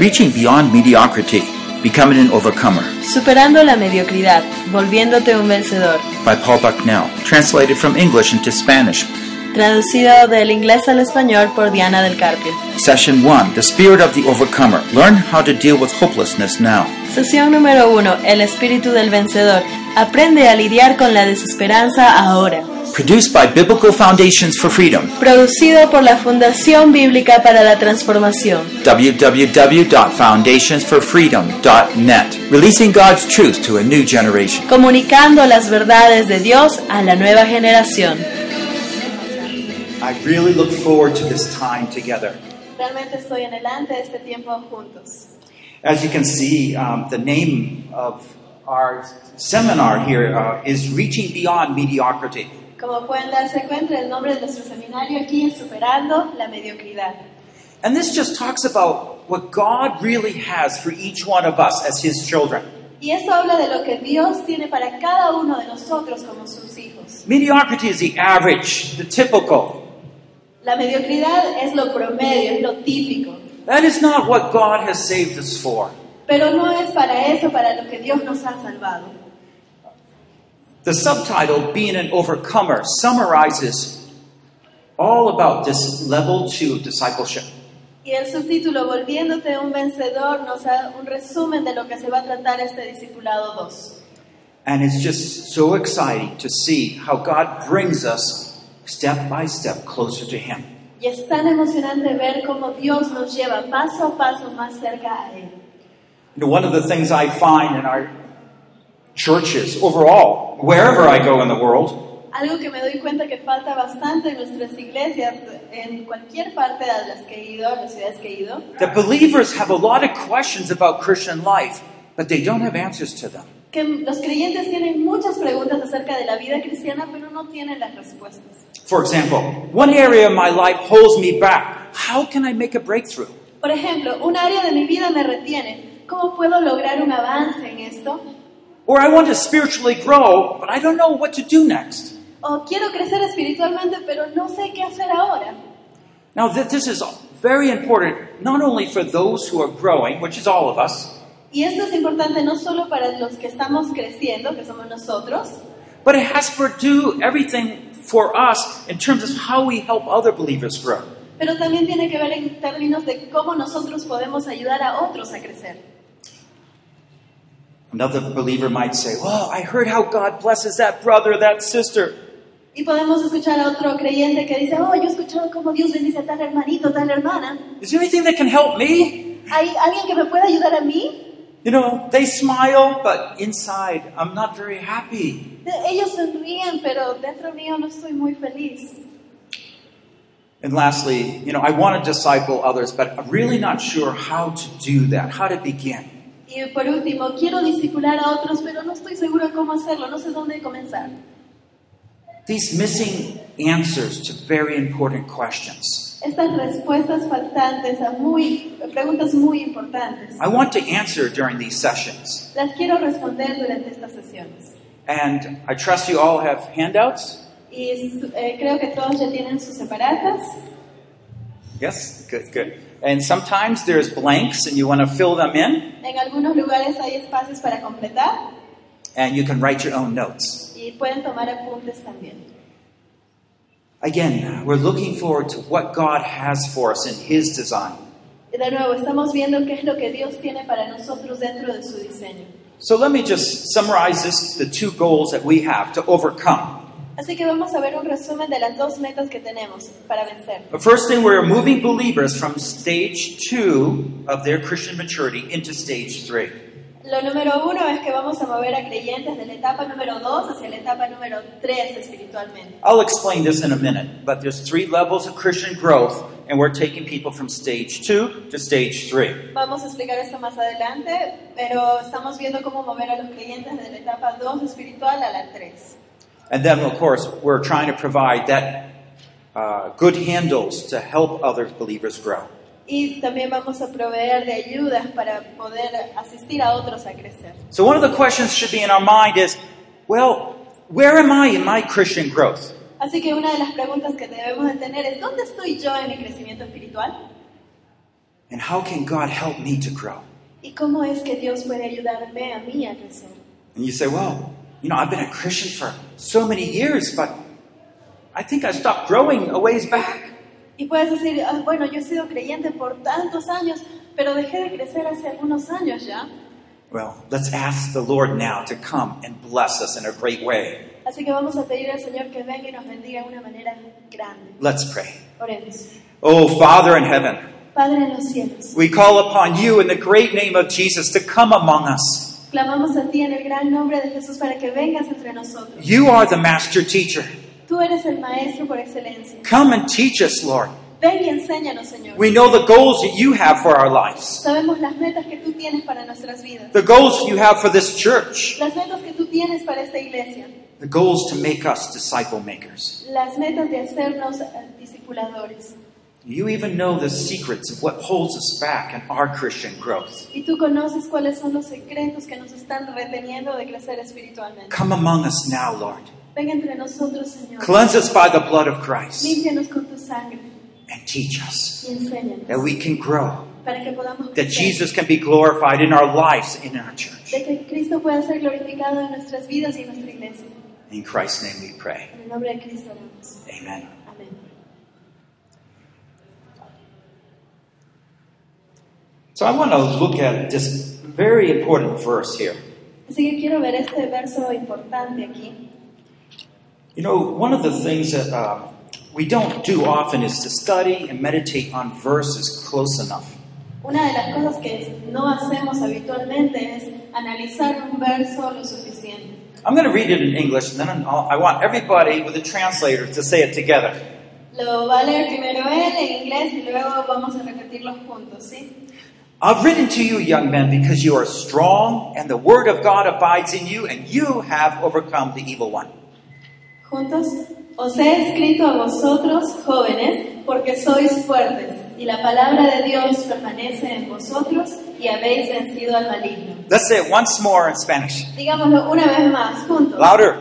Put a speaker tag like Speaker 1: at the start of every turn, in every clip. Speaker 1: Reaching beyond mediocrity, becoming an overcomer.
Speaker 2: Superando la mediocridad, volviéndote un vencedor.
Speaker 1: By Paul Bucknell, translated from English into Spanish.
Speaker 2: Traducido del inglés al español por Diana del Carpio.
Speaker 1: Session 1 The Spirit of the Overcomer. Learn how to deal with hopelessness now.
Speaker 2: Sesión número 1. El espíritu del vencedor. Aprende a lidiar con la desesperanza ahora.
Speaker 1: Produced by Biblical Foundations for Freedom.
Speaker 2: Producido por la Fundación Bíblica para la Transformación.
Speaker 1: www.foundationsforfreedom.net. Releasing God's truth to a new generation.
Speaker 2: Comunicando las verdades de Dios a la nueva generación.
Speaker 1: I really look forward to this time together.
Speaker 2: Realmente estoy anhelante de este tiempo juntos.
Speaker 1: As you can see, um, the name of our seminar here uh, is Reaching Beyond Mediocrity.
Speaker 2: Como pueden darse cuenta, el nombre de nuestro seminario aquí es Superando la Mediocridad.
Speaker 1: And this just talks about what God really has for each one of us as His children.
Speaker 2: Y esto habla de lo que Dios tiene para cada uno de nosotros como sus hijos.
Speaker 1: Mediocrity is the average, the typical.
Speaker 2: La mediocridad es lo promedio, es lo típico.
Speaker 1: That is not what God has saved us for.
Speaker 2: Pero no es para eso para lo que Dios nos ha salvado.
Speaker 1: The subtitle, Being an Overcomer, summarizes all about this level two of discipleship.
Speaker 2: Y el subtítulo, Volviéndote un vencedor, nos da un resumen de lo que se va a tratar este discipulado 2.
Speaker 1: And it's just so exciting to see how God brings us step by step closer to Him.
Speaker 2: Y es tan emocionante ver cómo Dios nos lleva paso a paso más cerca a Él.
Speaker 1: You know, one of the things I find in our churches overall, wherever I go in the world,
Speaker 2: Algo que me doy cuenta que falta bastante en nuestras iglesias, en cualquier parte a las que he ido, a las ciudades que he ido,
Speaker 1: that believers have a lot of questions about Christian life, but they don't have answers to them.
Speaker 2: que los creyentes tienen muchas preguntas acerca de la vida cristiana, pero no tienen las respuestas.
Speaker 1: For example, one area of my life holds me back. How can I make a breakthrough?
Speaker 2: Por ejemplo, un área de mi vida me retiene. ¿Cómo puedo lograr un avance en esto?
Speaker 1: Or I want to spiritually grow, but I don't know what to do next.
Speaker 2: O quiero crecer espiritualmente, pero no sé qué hacer ahora.
Speaker 1: Now, th- this is very important, not only for those who are growing, which is all of us,
Speaker 2: Y esto es importante no solo para los que estamos creciendo, que somos nosotros,
Speaker 1: but it has to do everything for us in terms of how we help other believers grow.
Speaker 2: pero también tiene que ver en términos de cómo nosotros podemos ayudar a otros a crecer.
Speaker 1: Another believer might say, Well, I heard how God blesses that brother, that sister.
Speaker 2: Y podemos escuchar a otro creyente que dice, oh, yo he escuchado cómo Dios bendice a tal hermanito, tal hermana.
Speaker 1: Is there anything that can help me?
Speaker 2: ¿Hay alguien que me pueda ayudar a mí?
Speaker 1: You know, they smile, but inside, I'm not very happy.
Speaker 2: Ellos sonríen, pero dentro mío no estoy muy feliz.
Speaker 1: And lastly, you know, I want to disciple others, but I'm really not sure how to do that, how to begin.
Speaker 2: Y por último, quiero discipular a otros, pero no estoy segura cómo hacerlo, no sé dónde comenzar.
Speaker 1: These missing answers to very important questions.
Speaker 2: Estas respuestas faltantes a muy, preguntas muy importantes,
Speaker 1: I want to answer during these sessions.
Speaker 2: las quiero responder durante estas sesiones.
Speaker 1: And I trust you all have handouts.
Speaker 2: Y eh, creo que todos ya tienen sus separatas.
Speaker 1: Yes, good, good. And sometimes there's blanks and you want to fill them in
Speaker 2: En algunos lugares hay espacios para completar
Speaker 1: and you can write your own notes.
Speaker 2: y pueden tomar apuntes también.
Speaker 1: Again, we're looking forward to what God has for us in His design.
Speaker 2: Y De nuevo, estamos viendo qué es lo que Dios tiene para nosotros dentro de su diseño.
Speaker 1: So let me just summarize this the two goals that we have to overcome.
Speaker 2: Así que vamos a ver un resumen de las dos metas que tenemos para vencer.
Speaker 1: The first thing, we're moving believers from stage two of their Christian maturity into stage three.
Speaker 2: Lo número uno es que vamos a mover a creyentes de la etapa número dos hacia la etapa número tres espiritualmente.
Speaker 1: I'll explain this in a minute, but there's three levels of Christian growth, and we're taking people from stage two to stage three.
Speaker 2: Vamos a explicar esto más adelante, pero estamos viendo cómo mover a los creyentes de la etapa dos espiritual a la tres.
Speaker 1: And then, of course, we're trying to provide that uh, good handles to help other believers grow.
Speaker 2: Y también vamos a proveer de ayudas para poder asistir a otros a crecer.
Speaker 1: So, one of the questions should be in our mind is well, where am I in my Christian growth?
Speaker 2: Así que una de las preguntas que debemos de tener es, ¿dónde estoy yo en mi crecimiento espiritual?
Speaker 1: And how can God help me to grow?
Speaker 2: ¿Y cómo es que Dios puede ayudarme a mí a crecer?
Speaker 1: And you say, well, you know, I've been a Christian for so many years, but I think I stopped growing a ways back.
Speaker 2: Y puedes decir, "Ah, bueno, yo he sido creyente por tantos años, pero dejé de crecer hace algunos años ya.
Speaker 1: Well, let's ask the Lord now to come and bless us in a great way.
Speaker 2: Así que vamos a pedir al Señor que venga y nos bendiga de una manera grande.
Speaker 1: Let's pray.
Speaker 2: Oremos.
Speaker 1: Oh, Father in heaven,
Speaker 2: Padre en los cielos,
Speaker 1: we call upon you in the great name of Jesus to come among us.
Speaker 2: clamamos a ti en el gran nombre de Jesús para que vengas entre nosotros.
Speaker 1: You are the master teacher.
Speaker 2: Tú eres el maestro por excelencia.
Speaker 1: Come and teach us, Lord.
Speaker 2: Ven y enséñanos, Señor.
Speaker 1: We know the goals that you have for our lives,
Speaker 2: Sabemos las metas que tú tienes para nuestras vidas,
Speaker 1: the goals you have for this church,
Speaker 2: las metas que tú tienes para esta iglesia,
Speaker 1: the goals to make us disciple makers.
Speaker 2: las metas de hacernos eh, discipuladores.
Speaker 1: You even know the secrets of what holds us back in our Christian growth.
Speaker 2: Y tú conoces cuáles son los secretos que nos están reteniendo de crecer espiritualmente.
Speaker 1: Come among us now, Lord.
Speaker 2: Ven entre nosotros, Señor.
Speaker 1: Cleanse us by the blood of Christ
Speaker 2: Límpianos con tu sangre
Speaker 1: and teach us
Speaker 2: y enséñanos
Speaker 1: that we can grow,
Speaker 2: para que podamos
Speaker 1: that
Speaker 2: crecer,
Speaker 1: Jesus can be glorified in our lives, in our church.
Speaker 2: de que Cristo pueda ser glorificado en nuestras vidas y en nuestra iglesia.
Speaker 1: In Christ's name we pray.
Speaker 2: En el nombre de Cristo, oramos.
Speaker 1: Amen.
Speaker 2: Amén.
Speaker 1: So I want to look at this very important verse here.
Speaker 2: Así que quiero ver este verso importante aquí.
Speaker 1: You know, one of the things that uh, we don't do often is to study and meditate on verses close enough.
Speaker 2: Una de las cosas que no hacemos habitualmente es analizar un verso lo suficiente.
Speaker 1: I'm going to read it in English, and then I'll, I want everybody with a translator to say it together.
Speaker 2: Lo va a leer primero él en inglés y luego vamos a repetirlos juntos, ¿sí?
Speaker 1: I've written to you, young men, because you are strong, and the word of God abides in you, and you have overcome the evil one.
Speaker 2: Juntos. Os he escrito a vosotros, jóvenes, porque sois fuertes, y la palabra de Dios permanece en vosotros y habéis vencido al maligno.
Speaker 1: Let's say it once more in Spanish.
Speaker 2: Digámoslo una vez más, juntos.
Speaker 1: Louder.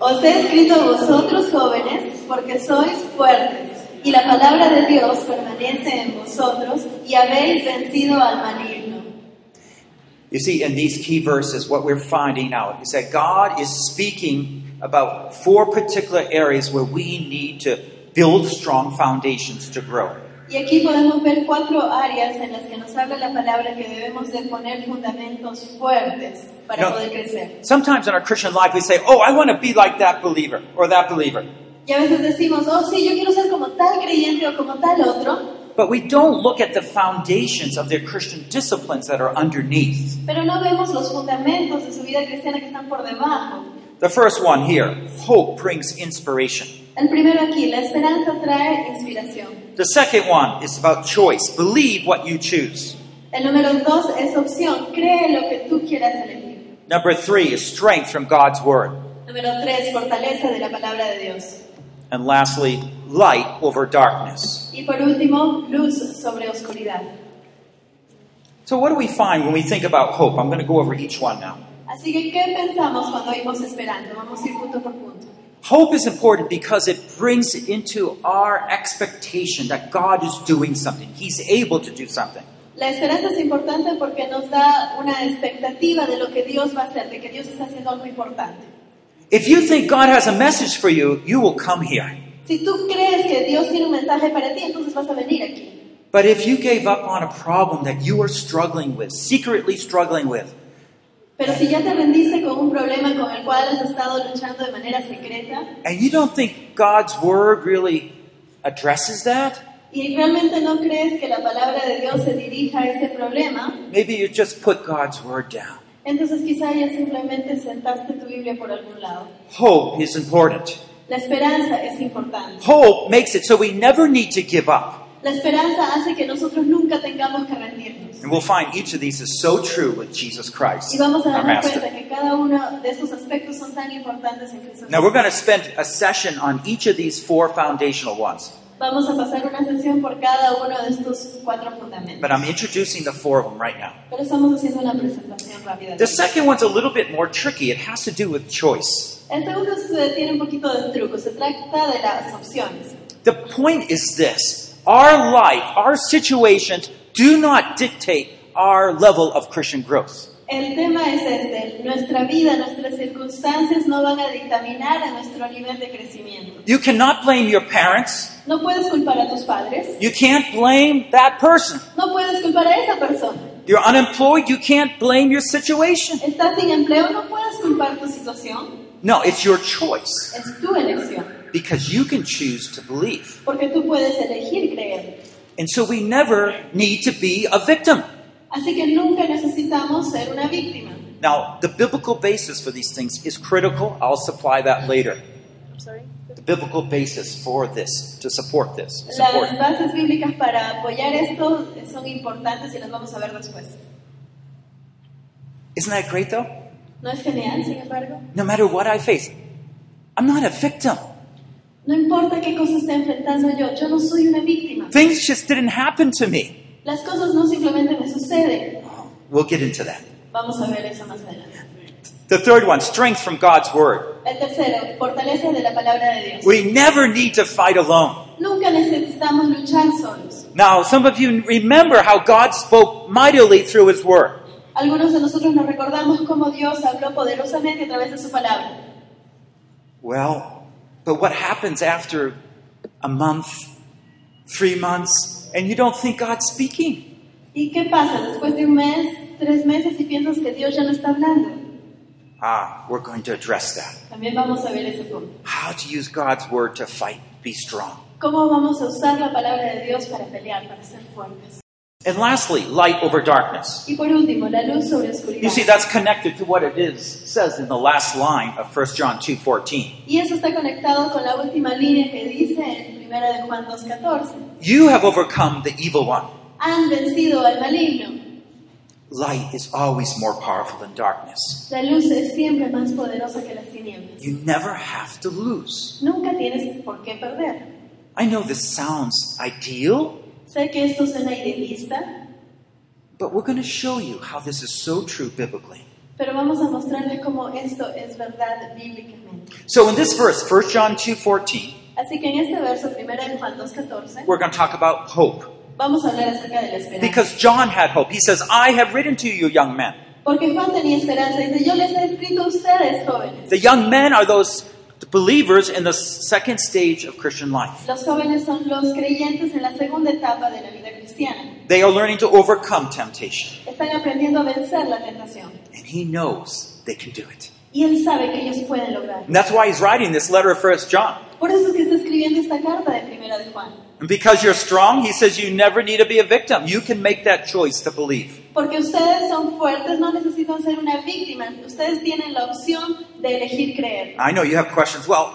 Speaker 2: Os he escrito a vosotros jóvenes porque sois fuertes y la palabra de Dios permanece en vosotros y habéis vencido al maligno.
Speaker 1: You see, in these key verses, what we're finding out is that God is speaking about four particular areas where we need to build strong foundations to grow.
Speaker 2: Y aquí podemos ver cuatro áreas en las que nos habla la palabra que debemos de poner fundamentos fuertes para
Speaker 1: No.
Speaker 2: poder crecer.
Speaker 1: Sometimes in our Christian life, we say, Oh, I want to be like that believer or that believer.
Speaker 2: Y a veces decimos, oh sí, yo quiero ser como tal creyente o como tal otro,
Speaker 1: But we don't look at the foundations of their Christian disciplines that are underneath.
Speaker 2: pero no vemos los fundamentos de su vida cristiana que están por debajo.
Speaker 1: The first one here hope brings inspiration.
Speaker 2: El primero aquí, la esperanza trae inspiración.
Speaker 1: The second one is about choice. Believe what you choose.
Speaker 2: El número dos es opción, cree lo que tú quieras elegir.
Speaker 1: Number three is strength from God's word.
Speaker 2: Número tres, fortaleza de la palabra de Dios.
Speaker 1: And lastly, light over darkness.
Speaker 2: Y por último, luz sobre oscuridad.
Speaker 1: So, what do we find when we think about hope? I'm going to go over each one now.
Speaker 2: Así que, ¿qué pensamos cuando oímos esperanza? Vamos a ir punto por punto.
Speaker 1: Hope is important because it brings into our expectation that God is doing something, He's able to do something.
Speaker 2: La esperanza es importante porque nos da una expectativa de lo que Dios va a hacer, de que Dios está haciendo algo importante.
Speaker 1: If you think God has a message for you, you will come here.
Speaker 2: Si tú crees que Dios tiene un mensaje para ti, entonces vas a venir aquí.
Speaker 1: But if you gave up on a problem that you are struggling with, secretly struggling with,
Speaker 2: Pero si ya te rendiste con un problema con el cual has estado luchando de manera secreta,
Speaker 1: and you don't think God's word really addresses that,
Speaker 2: y realmente no crees que la palabra de Dios se dirija a ese problema,
Speaker 1: maybe you just put God's word down.
Speaker 2: entonces quizá ya simplemente sentaste tu Biblia por algún lado.
Speaker 1: Hope is important.
Speaker 2: La esperanza es importante.
Speaker 1: Hope makes it so we never need to give up.
Speaker 2: La esperanza hace que nosotros nunca tengamos que rendirnos.
Speaker 1: And we'll find each of these is so true with Jesus Christ,
Speaker 2: Y vamos a
Speaker 1: our
Speaker 2: darnos
Speaker 1: Master.
Speaker 2: cuenta que cada uno de estos aspectos son tan importantes en Cristo.
Speaker 1: Now, we're going to spend a session on each of these four foundational ones,
Speaker 2: Vamos a pasar una sesión por cada uno de estos cuatro fundamentos.
Speaker 1: but I'm introducing the four of them right now.
Speaker 2: Pero estamos haciendo una presentación rápida.
Speaker 1: The second one's a little bit more tricky, it has to do with choice.
Speaker 2: El segundo se tiene un poquito de truco. Se trata de las opciones.
Speaker 1: The point is this our life, our situations do not dictate our level of Christian growth.
Speaker 2: El tema es este, nuestra vida, nuestras circunstancias no van a dictaminar a nuestro nivel de crecimiento.
Speaker 1: You cannot blame your parents.
Speaker 2: No puedes culpar a tus padres,
Speaker 1: You can't blame that person.
Speaker 2: no puedes culpar a esa persona.
Speaker 1: You're unemployed. You can't blame your situation.
Speaker 2: Estás sin empleo, no puedes culpar tu situación,
Speaker 1: No, it's your choice
Speaker 2: es tu elección,
Speaker 1: because you can choose to believe.
Speaker 2: porque tú puedes elegir creer.
Speaker 1: And so we never need to be a victim.
Speaker 2: Así que nunca necesitamos ser una víctima.
Speaker 1: Now, the biblical basis for these things is critical. I'll supply that later.
Speaker 2: I'm sorry.
Speaker 1: The biblical basis for this, to support this, is
Speaker 2: Las
Speaker 1: important.
Speaker 2: bases bíblicas para apoyar esto son importantes y las vamos a ver después.
Speaker 1: Isn't that great though?
Speaker 2: ¿No es genial, sin embargo?
Speaker 1: No matter what I face, I'm not a victim.
Speaker 2: No importa qué cosa esté enfrentando yo, yo no soy una víctima.
Speaker 1: Things just didn't happen to me.
Speaker 2: Las cosas no simplemente me suceden.
Speaker 1: We'll get into that.
Speaker 2: Vamos a ver eso más adelante.
Speaker 1: The third one, strength from God's word.
Speaker 2: El tercero, fortaleza de la palabra de Dios.
Speaker 1: We never need to fight alone.
Speaker 2: Nunca necesitamos luchar solos.
Speaker 1: Now, some of you remember how God spoke mightily through his word.
Speaker 2: Algunos de nosotros nos recordamos cómo Dios habló poderosamente a través de su palabra.
Speaker 1: Well, but what happens after a month, three months, and you don't think God's speaking?
Speaker 2: ¿Y qué pasa después de un mes, tres meses y piensas que Dios ya no está hablando?
Speaker 1: Ah, we're going to address that.
Speaker 2: También vamos a ver ese punto.
Speaker 1: How to use God's word to fight, be strong.
Speaker 2: ¿Cómo vamos a usar la palabra de Dios para pelear, para ser fuertes?
Speaker 1: And lastly, light over darkness.
Speaker 2: Y por último, la luz sobre
Speaker 1: You
Speaker 2: oscuridad.
Speaker 1: see, that's connected to what it is says in the last line of 1 John 2:14.
Speaker 2: Y eso está conectado con la última línea que dice en 1 de Juan 2.14.
Speaker 1: You have overcome the evil one.
Speaker 2: Han vencido al maligno.
Speaker 1: Light is always more powerful than darkness.
Speaker 2: La luz es siempre más poderosa que las tinieblas.
Speaker 1: You never have to lose.
Speaker 2: Nunca tienes por qué perder.
Speaker 1: I know this sounds ideal,
Speaker 2: Sé que esto suena idealista,
Speaker 1: but we're going to show you how this is so true biblically.
Speaker 2: pero vamos a mostrarles cómo esto es verdad bíblicamente.
Speaker 1: So in this verse, 1 John 2:14,
Speaker 2: Así que en este verso, 1 de Juan 2.14,
Speaker 1: we're going to talk about hope
Speaker 2: vamos a hablar acerca de la esperanza.
Speaker 1: because John had hope. He says, "I have written to you, young men."
Speaker 2: Porque Juan tenía esperanza. Dice, yo les he escrito a ustedes, jóvenes.
Speaker 1: The young men are those believers in the second stage of Christian life.
Speaker 2: Los jóvenes son los creyentes en la segunda etapa de la vida cristiana.
Speaker 1: They are learning to overcome temptation,
Speaker 2: Están aprendiendo a vencer la tentación.
Speaker 1: and he knows they can do it.
Speaker 2: Y él sabe que ellos pueden lograrlo.
Speaker 1: And that's why he's writing this letter of First John.
Speaker 2: Por eso es que está escribiendo esta carta de Primera de Juan.
Speaker 1: And because you're strong, he says you never need to be a victim. You can make that choice to believe.
Speaker 2: Porque ustedes son fuertes, no necesitan ser una víctima. Ustedes tienen la opción de elegir creer.
Speaker 1: I know you have questions. Well,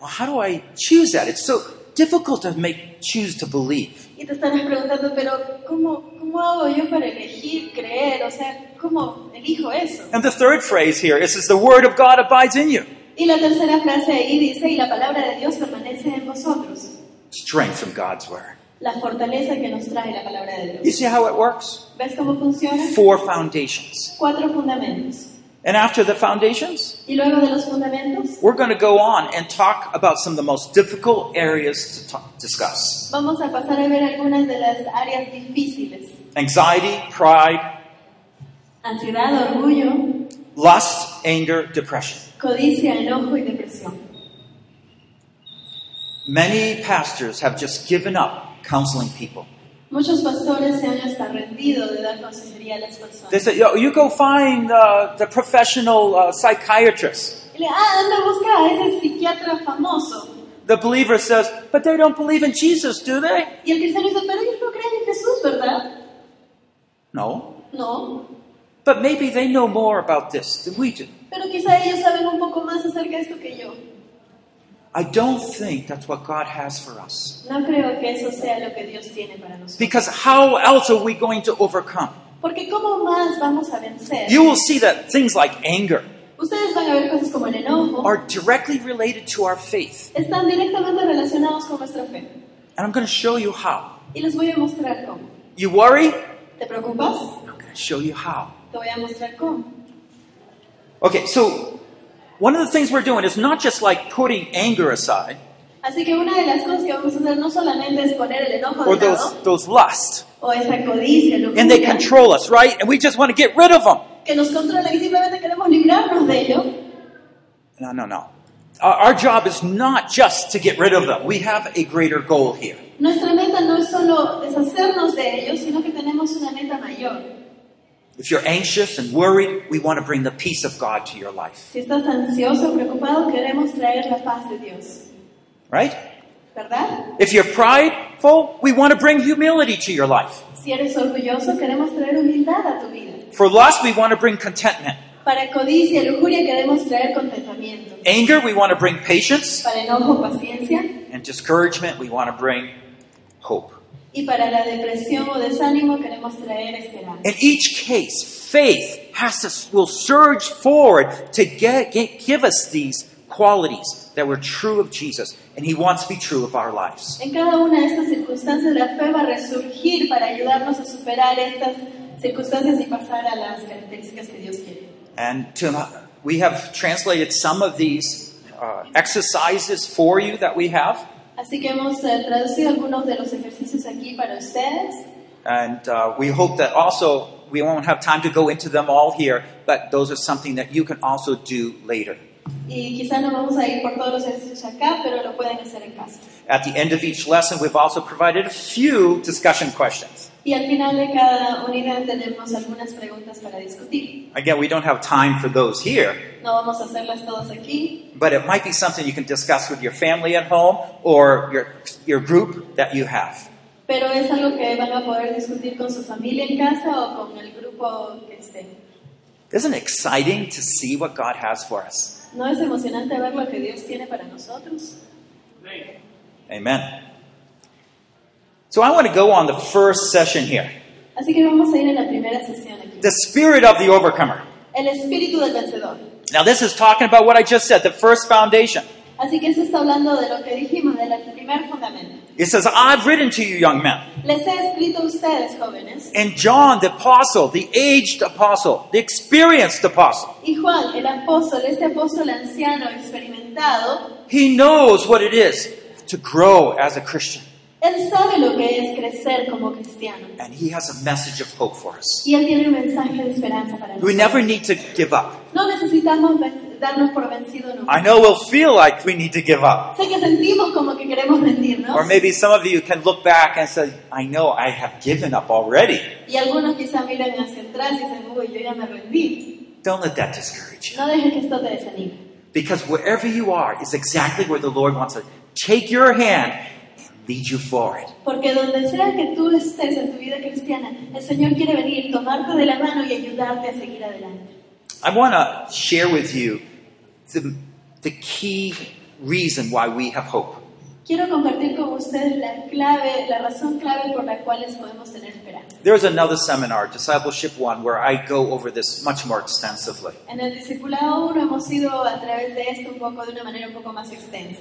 Speaker 1: well how do I choose that? It's so difficult to make choose to believe.
Speaker 2: Y te estarás preguntando, pero ¿cómo, cómo hago yo para elegir creer? O sea, ¿cómo elijo eso?
Speaker 1: And the third phrase here is, is the word of God abides in you.
Speaker 2: Y la tercera frase ahí dice, y la palabra de Dios permanece en vosotros.
Speaker 1: Strength from God's word.
Speaker 2: La fortaleza que nos trae la palabra de
Speaker 1: You
Speaker 2: Dios.
Speaker 1: see how it works?
Speaker 2: ¿Ves cómo funciona?
Speaker 1: Four foundations.
Speaker 2: Cuatro fundamentos.
Speaker 1: And after the foundations,
Speaker 2: Y luego de los fundamentos,
Speaker 1: we're going to go on and talk about some of the most difficult areas to talk, discuss
Speaker 2: vamos a pasar a ver algunas de las áreas difíciles.
Speaker 1: anxiety, pride,
Speaker 2: Ansiedad, orgullo,
Speaker 1: lust, anger, depression.
Speaker 2: codicia, enojo y depresión.
Speaker 1: Many pastors have just given up counseling people.
Speaker 2: Muchos pastores se han hasta rendido de dar consejería a las
Speaker 1: They
Speaker 2: personas.
Speaker 1: say, Yo, you go find uh, the professional uh, psychiatrist.
Speaker 2: Y le, ah, anda a buscar a ese psiquiatra famoso.
Speaker 1: The believer says, but they don't believe in Jesus, do they?
Speaker 2: Y el cristiano dice, pero ellos no creen en Jesús, ¿verdad?
Speaker 1: No.
Speaker 2: No.
Speaker 1: But maybe they know more about this than we do.
Speaker 2: Pero quizá ellos saben un poco más acerca de esto que yo.
Speaker 1: I don't think that's what God has for us.
Speaker 2: No creo que eso sea lo que Dios tiene para nosotros.
Speaker 1: Because how else are we going to overcome?
Speaker 2: Porque ¿cómo más vamos a vencer?
Speaker 1: You will see that things like anger
Speaker 2: Ustedes van a ver cosas como el enojo.
Speaker 1: are directly related to our faith.
Speaker 2: Están directamente relacionados con nuestra fe.
Speaker 1: And I'm going to show you how.
Speaker 2: Y les voy a mostrar cómo.
Speaker 1: You worry?
Speaker 2: ¿Te preocupas?
Speaker 1: I'm going to show you how.
Speaker 2: Te voy a mostrar cómo.
Speaker 1: Okay, so one of the things we're doing is not just like putting anger aside,
Speaker 2: Así que una de las cosas que vamos a hacer no solamente es poner el enojo
Speaker 1: or
Speaker 2: de lado,
Speaker 1: those, those lusts.
Speaker 2: o esa codicia,
Speaker 1: And they
Speaker 2: lujuria,
Speaker 1: control us, right? And we just want to get rid of them.
Speaker 2: que nos controla y simplemente queremos librarnos de ello.
Speaker 1: No, no, no. Our, our job is not just to get rid of them. We have a greater goal here.
Speaker 2: Nuestra meta no es solo deshacernos de ellos, sino que tenemos una meta mayor.
Speaker 1: If you're anxious and worried, we want to bring the peace of God to your life,
Speaker 2: Si estás ansioso, preocupado, queremos traer la paz de Dios,
Speaker 1: right?
Speaker 2: ¿verdad?
Speaker 1: If you're prideful, we want to bring humility to your life.
Speaker 2: Si eres orgulloso, queremos traer humildad a tu vida.
Speaker 1: For lust, we want to bring contentment.
Speaker 2: Para codicia, lujuria, queremos traer contentamiento.
Speaker 1: Anger, we want to bring patience.
Speaker 2: Para enojo, paciencia.
Speaker 1: And discouragement, we want to bring hope.
Speaker 2: Y para la depresión o desánimo, queremos traer esperanza.
Speaker 1: In each case, faith has to will surge forward to get, get- give us these qualities that were true of Jesus, and He wants to be true of our lives.
Speaker 2: En cada una de estas circunstancias, la fe va a resurgir para ayudarnos a superar estas circunstancias y pasar a las características que Dios quiere.
Speaker 1: And to, we have translated some of these uh, exercises for you that we have,
Speaker 2: Así que hemos eh, traducido algunos de los ejercicios aquí para ustedes.
Speaker 1: and uh, we hope that also we won't have time to go into them all here, but those are something that you can also do later.
Speaker 2: Y quizá no vamos a ir por todos los ejercicios acá, pero lo pueden hacer en casa.
Speaker 1: At the end of each lesson, we've also provided a few discussion questions.
Speaker 2: Y al final de cada unidad tenemos algunas preguntas para discutir.
Speaker 1: Again, we don't have time for those here,
Speaker 2: No vamos a hacerlas todas aquí,
Speaker 1: but it might be something you can discuss with your family at home or your, your group that you have.
Speaker 2: pero es algo que van a poder discutir con su familia en casa o con el grupo que estén.
Speaker 1: Isn't it exciting to see what God has for us?
Speaker 2: ¿No es emocionante ver lo que Dios tiene para nosotros?
Speaker 1: Amen. So I want to go on the first session here
Speaker 2: Así que vamos a ir a la primera sesión aquí.
Speaker 1: the spirit of the overcomer.
Speaker 2: El espíritu del vencedor.
Speaker 1: Now, this is talking about what I just said the first foundation.
Speaker 2: Así que esto está hablando de lo que dijimos, del primer fundamento.
Speaker 1: It says, I've written to you, young men.
Speaker 2: Les he escrito a ustedes, jóvenes,
Speaker 1: And John, the apostle, the aged apostle, the experienced apostle,
Speaker 2: y Juan, el apóstol, este apóstol anciano experimentado,
Speaker 1: he knows what it is to grow as a Christian.
Speaker 2: él sabe lo que es crecer como cristiano.
Speaker 1: And he has a message of hope for us.
Speaker 2: Y él tiene un mensaje de esperanza para
Speaker 1: We
Speaker 2: nosotros.
Speaker 1: never need to give up.
Speaker 2: No necesitamos ven- darnos por vencido
Speaker 1: I
Speaker 2: nunca.
Speaker 1: know we'll feel like we need to give up.
Speaker 2: Sé que sentimos como que queremos rendirnos
Speaker 1: Or maybe some of you can look back and say, I know I have given up already.
Speaker 2: y algunos quizá miran hacia atrás y dicen, uy, yo ya me rendí.
Speaker 1: Don't let that discourage you.
Speaker 2: No dejes que esto te desanime.
Speaker 1: Because wherever you are is exactly where the Lord wants to take your hand and lead you forward.
Speaker 2: Porque donde sea que tú estés en tu vida cristiana, el Señor quiere venir, tomarte de la mano y ayudarte a seguir adelante.
Speaker 1: I want to share with you the, the key reason why we have hope.
Speaker 2: Quiero compartir con ustedes la clave, la razón clave por la cual les podemos tener esperanza.
Speaker 1: There's another seminar, Discipleship One, where I go over this much more extensively.
Speaker 2: En el discipulado 1 hemos ido a través de esto un poco de una manera un poco más extensa.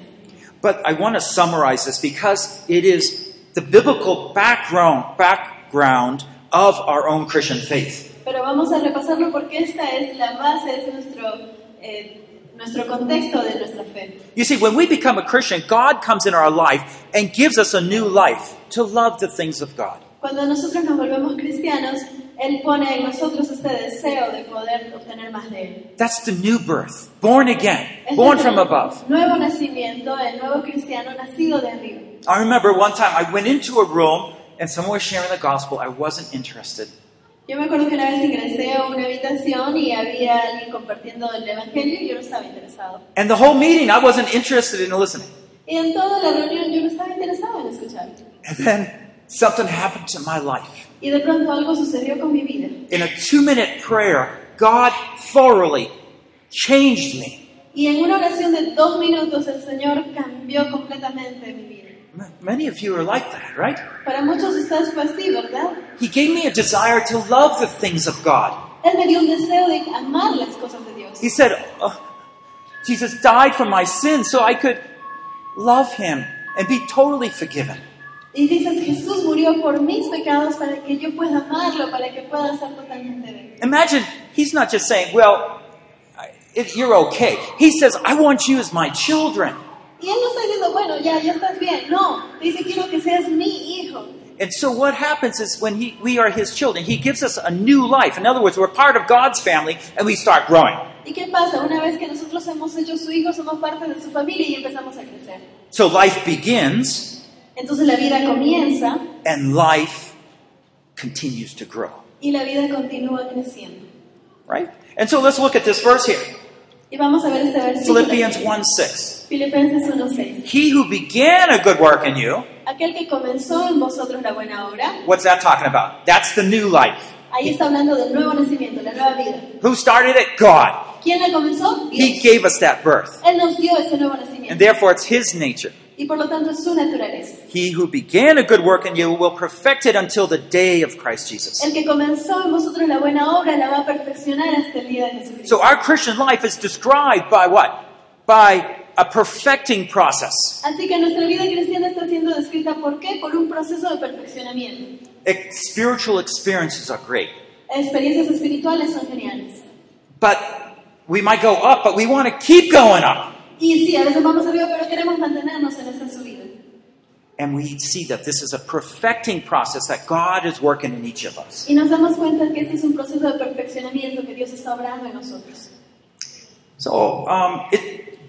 Speaker 1: But I want to summarize this because it is the biblical background background of our own Christian faith.
Speaker 2: Pero vamos a repasarlo porque esta es la base, es nuestro, eh, nuestro contexto de nuestra fe.
Speaker 1: You see, when we become a Christian, God comes in our life and gives us a new life to love the things of God.
Speaker 2: Cuando nosotros nos volvemos cristianos, Él pone en nosotros este deseo de poder obtener más de Él.
Speaker 1: That's the new birth, born again,
Speaker 2: Este
Speaker 1: born
Speaker 2: es
Speaker 1: from
Speaker 2: el
Speaker 1: above.
Speaker 2: Nuevo nacimiento, el nuevo cristiano nacido de arriba.
Speaker 1: I remember one time I went into a room and someone was sharing the gospel. I wasn't interested.
Speaker 2: Yo me acuerdo que una vez ingresé a una habitación y había alguien compartiendo el Evangelio y yo no estaba interesado.
Speaker 1: And the whole meeting, I wasn't interested in listening.
Speaker 2: Y en toda la reunión yo no estaba interesado en escuchar.
Speaker 1: And then something happened to my life.
Speaker 2: Y de pronto algo sucedió con mi vida.
Speaker 1: In a two minute prayer, God thoroughly changed me.
Speaker 2: Y en una oración de dos minutos el Señor cambió completamente mi vida.
Speaker 1: M- Many of you are like that, right?
Speaker 2: Para muchos de ustedes fue así, ¿verdad?
Speaker 1: He gave me a desire to love the things of God.
Speaker 2: Él me dio un deseo de amar las cosas de Dios.
Speaker 1: He said, "Oh, Jesus died for my sins so I could love him and be totally forgiven.
Speaker 2: Y dices, Jesús murió por mis pecados para que yo pueda amarlo, para que pueda ser totalmente de él.
Speaker 1: Imagine he's not just saying, "Well, I- if you're okay." He says, "I want you as my children."
Speaker 2: Y él no está diciendo, bueno, ya, ya estás bien. No, dice, quiero que seas mi hijo.
Speaker 1: And so what happens is when he, we are his children, he gives us a new life. In other words, we're part of God's family and we start growing.
Speaker 2: ¿Y qué pasa? Una vez que nosotros hemos hecho su hijo, somos parte de su familia y empezamos a crecer.
Speaker 1: So life begins
Speaker 2: Entonces la vida comienza
Speaker 1: and life continues to grow,
Speaker 2: y la vida continúa creciendo.
Speaker 1: right? And so let's look at this verse here.
Speaker 2: Y vamos a ver este versículo.
Speaker 1: Philippians 1 6.
Speaker 2: Filipenses 1.6.
Speaker 1: He who began a good work in you,
Speaker 2: Aquel que comenzó en vosotros la buena obra,
Speaker 1: what's that talking about? That's the new life.
Speaker 2: ahí está hablando del nuevo nacimiento, la nueva vida.
Speaker 1: Who started it? God.
Speaker 2: ¿Quién la comenzó?
Speaker 1: He
Speaker 2: Dios.
Speaker 1: gave us that birth.
Speaker 2: Él nos dio ese nuevo
Speaker 1: And
Speaker 2: nacimiento.
Speaker 1: therefore, it's His nature.
Speaker 2: Y por lo tanto es su naturaleza.
Speaker 1: He who began a good work in you will perfect it until the day of Christ Jesus.
Speaker 2: El que comenzó en vosotros la buena obra la va a perfeccionar hasta el día de Jesucristo.
Speaker 1: So, our Christian life is described by what? By a perfecting process.
Speaker 2: Así que nuestra vida cristiana está siendo descrita por qué? Por un proceso de perfeccionamiento.
Speaker 1: Ex- Spiritual experiences are great,
Speaker 2: Experiencias espirituales son geniales.
Speaker 1: but we might go up, but we want to keep going up.
Speaker 2: Y sí, a veces vamos arriba, pero queremos mantenernos en esa subida.
Speaker 1: And we see that this is a perfecting process that God is working in each of us.
Speaker 2: Y nos damos cuenta que este es un proceso de perfeccionamiento que Dios está obrando en nosotros.
Speaker 1: So, um, it,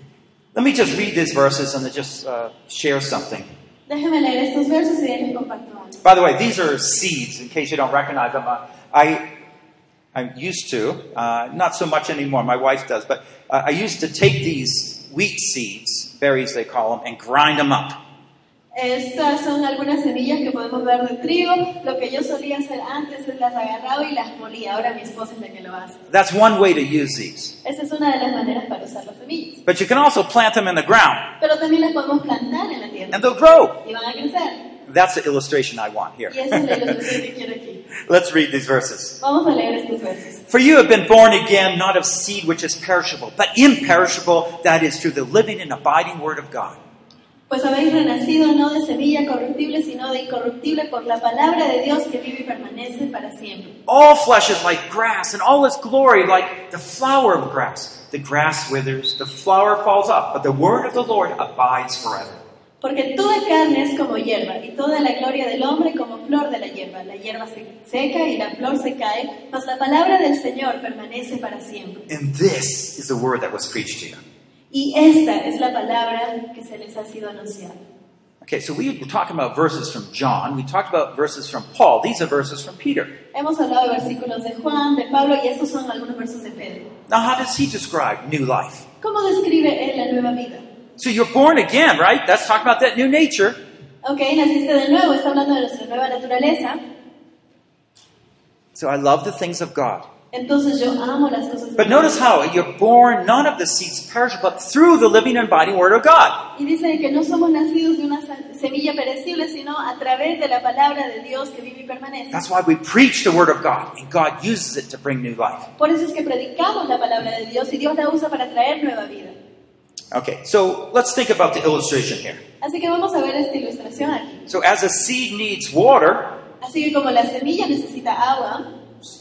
Speaker 1: let me just read these verses and then just uh, share something.
Speaker 2: Déjenme leer estos versos y les comparto algo.
Speaker 1: By the way, these are seeds, in case you don't recognize them. Uh, I, I'm used to, uh, not so much anymore, my wife does, but uh, I used to take these wheat seeds, berries they call them, and grind them up.
Speaker 2: Estas son algunas semillas que podemos ver del trigo. Lo que yo solía hacer antes es las agarraba y las molía. Ahora mi esposa es la que lo hace.
Speaker 1: That's one way to use these.
Speaker 2: Esa es una de las maneras para usar las semillas.
Speaker 1: But you can also plant them in the ground,
Speaker 2: Pero también las podemos plantar en la tierra
Speaker 1: and they'll grow.
Speaker 2: y van a crecer.
Speaker 1: That's the illustration I want here.
Speaker 2: Y esa es la ilustración que quiero aquí.
Speaker 1: Let's read these verses.
Speaker 2: Vamos a leer estos versos.
Speaker 1: For you have been born again, not of seed which is perishable, but imperishable, that is, through the living and abiding Word of God.
Speaker 2: Pues habéis renacido no de semilla corruptible, sino de incorruptible por la palabra de Dios que vive y permanece para siempre.
Speaker 1: All flesh is like grass, and all its glory like the flower of grass. The grass withers, the flower falls off, but the word of the Lord abides forever.
Speaker 2: Porque toda carne es como hierba, y toda la gloria del hombre como flor de la hierba. La hierba se seca y la flor se cae, mas la palabra del Señor permanece para siempre.
Speaker 1: And this is the word that was preached to you.
Speaker 2: Y esta es la palabra que se les ha sido anunciada.
Speaker 1: Okay, so we were talking about verses from John. We talked about verses from Paul. These are verses from Peter.
Speaker 2: Hemos hablado de versículos de Juan, de Pablo, y estos son algunos versos de Pedro.
Speaker 1: Now, how does he describe new life?
Speaker 2: ¿Cómo describe él la nueva vida?
Speaker 1: So you're born again, right? That's talking about that new nature.
Speaker 2: Ok, naciste de nuevo, está hablando de nuestra nueva naturaleza.
Speaker 1: So I love the things of God.
Speaker 2: Entonces yo amo las cosas. de Dios.
Speaker 1: But notice how you're born not of the seeds perishable, but through the living and abiding word of God.
Speaker 2: Y dice que no somos nacidos de una sa- semilla perecible, sino a través de la palabra de Dios que vive y permanece.
Speaker 1: That's why we preach the Word of God, and God uses it to bring new life.
Speaker 2: Por eso es que predicamos la palabra de Dios y Dios la usa para traer nueva vida.
Speaker 1: Okay, so let's think about the illustration here.
Speaker 2: Así que vamos a ver esta ilustración aquí.
Speaker 1: So, as a seed needs water
Speaker 2: Así que como la semilla necesita agua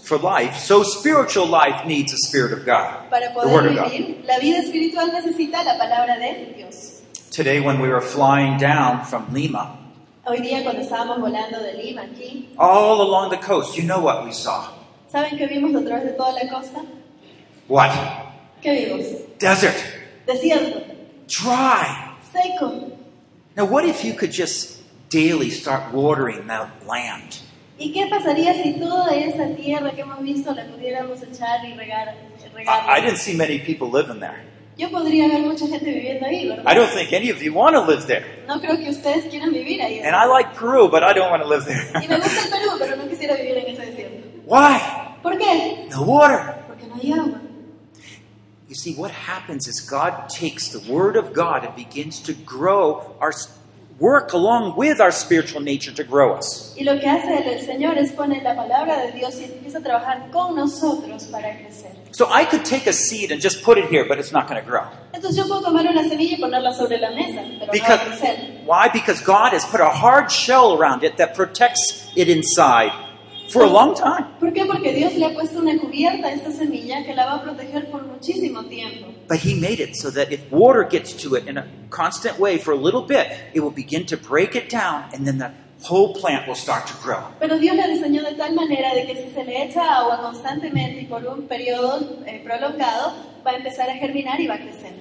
Speaker 1: for life, so spiritual life needs the Spirit of God,
Speaker 2: para
Speaker 1: the Word
Speaker 2: poder
Speaker 1: of God.
Speaker 2: vivir, la vida espiritual necesita la palabra de Dios.
Speaker 1: Today, when we were flying down from Lima,
Speaker 2: Hoy día cuando estábamos volando de Lima aquí,
Speaker 1: all along the coast, you know what we saw?
Speaker 2: ¿saben qué vimos a través de toda la costa?
Speaker 1: What?
Speaker 2: ¿Qué vimos?
Speaker 1: Desert.
Speaker 2: Desierto,
Speaker 1: Dry.
Speaker 2: seco,
Speaker 1: Now, what if you could just daily start watering that land?
Speaker 2: ¿Y qué pasaría si toda esa tierra que hemos visto la pudiéramos echar y regar? regar?
Speaker 1: I, I didn't see many people living there.
Speaker 2: Yo podría ver mucha gente viviendo ahí, ¿verdad?
Speaker 1: I don't think any of you want to live there.
Speaker 2: No creo que ustedes quieran vivir ahí.
Speaker 1: And I like Peru, but I don't want to live
Speaker 2: Y me
Speaker 1: there.
Speaker 2: gusta el Perú, pero no quisiera vivir en ese desierto.
Speaker 1: Why?
Speaker 2: ¿Por qué?
Speaker 1: No water.
Speaker 2: Porque no hay agua.
Speaker 1: You see, what happens is God takes the Word of God and begins to grow our work along with our spiritual nature to grow us.
Speaker 2: Y lo que hace el, el Señor es poner la palabra de Dios y empieza a trabajar con nosotros para crecer.
Speaker 1: So I could take a seed and just put it here, but it's not going to grow.
Speaker 2: Entonces yo puedo tomar una semilla y ponerla sobre la mesa, pero no va a
Speaker 1: Because
Speaker 2: crecer.
Speaker 1: why? Because God has put a hard shell around it that protects it inside for a long time.
Speaker 2: ¿Por qué? Porque Dios le ha puesto una cubierta a esta semilla que la va a proteger por muchísimo tiempo.
Speaker 1: But He made it so that if water gets to it in a constant way for a little bit, it will begin to break it down, and then the whole plant will start to grow.
Speaker 2: Pero Dios la diseñó de tal manera de que si se le echa agua constantemente y por un periodo eh, prolongado, va a empezar a germinar y va a crecer.